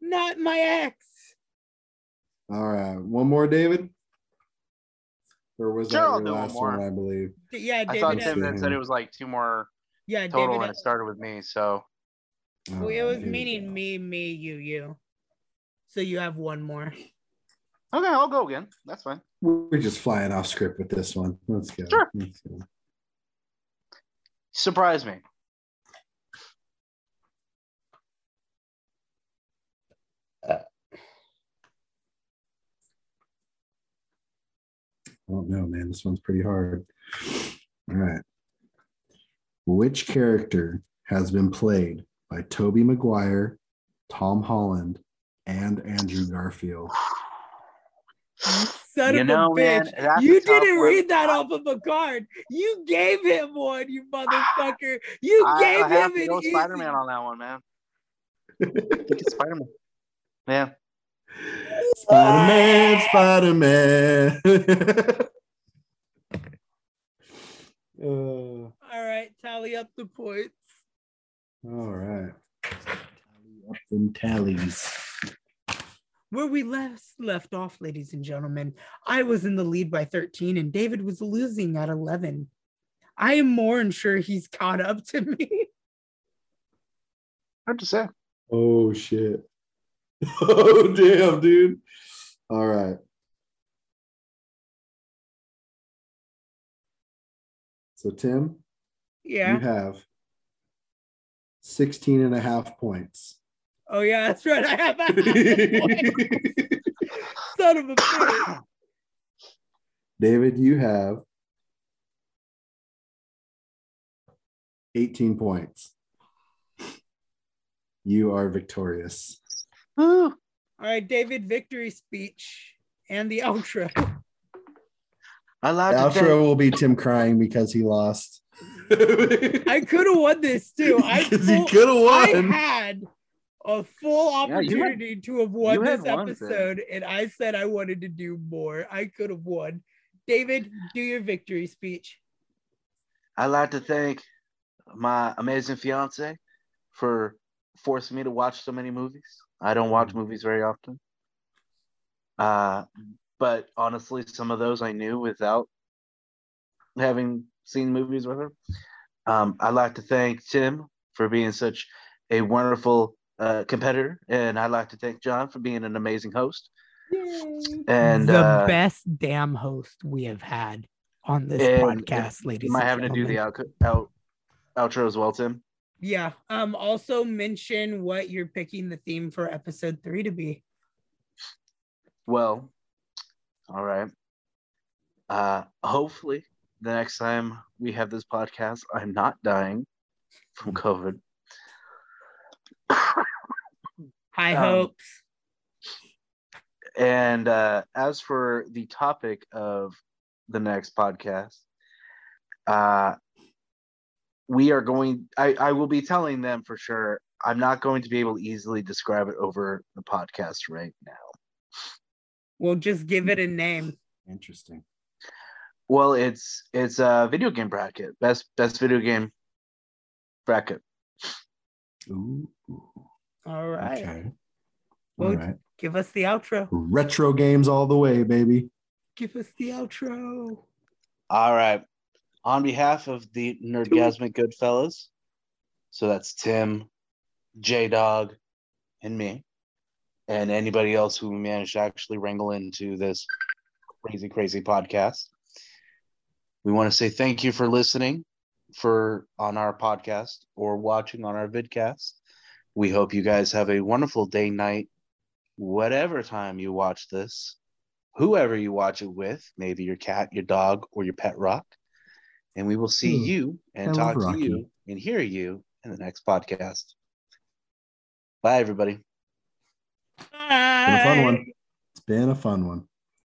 S1: not my ex.
S3: All right. One more, David? Or was that
S4: Sure, I'll
S3: your
S4: do one
S3: last
S4: more.
S3: one, I believe?
S1: D- Yeah,
S4: I thought
S1: David.
S3: David's-
S4: Tim
S1: Has,
S4: had said it was like two more
S1: yeah,
S4: total,
S1: David.
S4: and it started with me. So
S3: All
S1: Well, it
S3: right,
S1: was
S3: here we
S1: meaning
S3: go.
S1: me, me, you, you. So you have one more.
S4: Okay, I'll go again. That's fine.
S3: We're just flying off script with this one. Let's go.
S4: Sure.
S3: Let's go.
S4: Surprise me.
S3: I don't know, man. This one's pretty hard. All right. Which character has been played by Toby Maguire, Tom Holland, and Andrew Garfield?
S1: Son
S4: You
S1: of
S4: know,
S1: a
S4: man,
S1: bitch.
S4: that's a
S1: you
S4: tough
S1: didn't
S4: one.
S1: read that off of a card. You gave him one, you motherfucker. You
S4: I,
S1: gave
S4: I have
S1: him
S4: to
S1: an
S4: go
S1: easy-
S4: Spider Man on that one, man. I think it's Spider Man. Yeah.
S3: Spider Man, Spider Man. uh,
S1: All right, tally up the points.
S3: all right. Tally up them tallies.
S1: Where we last left off, ladies and gentlemen, I was in the lead by 13 and David was losing at 11. I am more than sure he's caught up to me.
S4: Hard to say.
S3: Oh shit. Oh damn, dude. All right. So Tim, you
S1: Yeah.
S3: have 16 and a half points.
S1: Oh, yeah, that's right. I have that point.
S3: David,
S1: Son of a bitch.
S3: you have 18 points. You are victorious.
S4: Woo.
S1: All right, David, victory speech and the outro.
S4: I
S3: The
S4: lied to
S3: outro
S4: death.
S3: will be Tim crying because he lost.
S1: I could have won this too. I,
S3: Because he
S1: full-
S3: could have
S1: I
S3: won.
S1: had a full
S4: Yeah, you had-
S1: opportunity to have won
S4: you had
S1: this
S4: one, Finn.
S1: episode, and I said I wanted to do more. I could have won. David, do your victory speech.
S4: I'd like to thank my amazing fiance for forcing me to watch so many movies. I don't watch movies very often. Uh, but honestly, some of those I knew without having seen movies with her. Um, I'd like to thank Tim for being such a wonderful uh, competitor. And I'd like to thank John for being an amazing host. And
S1: the
S4: uh,
S1: best damn host we have had on this
S4: and-
S1: podcast, ladies.
S4: am I
S1: and
S4: having to do the
S1: gentlemen.
S4: out- out- outro as well, Tim?
S1: Yeah. Um. Also mention what you're picking the theme for episode three to be.
S4: Well, all right. Uh, hopefully, the next time we have this podcast, I'm not dying from COVID.
S1: High
S4: Um,
S1: hopes.
S4: And uh, as for the topic of the next podcast, uh, we are going. I, I will be telling them for sure. I'm not going to be able to easily describe it over the podcast right now.
S1: We'll just give it a name.
S3: Interesting.
S4: Well, it's it's a video game bracket. Best best video game bracket.
S3: Ooh.
S1: All right.
S3: Okay.
S1: Well,
S3: all right.
S1: Give us the outro.
S3: Retro games all the way, baby.
S1: Give us the outro.
S4: All right. On behalf of the Nerdgasmic Goodfellas, so that's Tim, J Dog, and me, and anybody else who we managed to actually wrangle into this crazy, crazy podcast. We want to say thank you for listening for on our podcast or watching on our vidcast. We hope you guys have a wonderful day, night, whatever time you watch this whoever you watch it with, maybe your cat, your dog, or your pet rock. And we will see
S3: Hmm.
S4: you and
S3: I love
S4: talk to
S3: Rocky.
S4: you and hear you in the next podcast. Bye, everybody.
S3: It's been a fun
S1: Bye.
S3: one. It's been a fun one.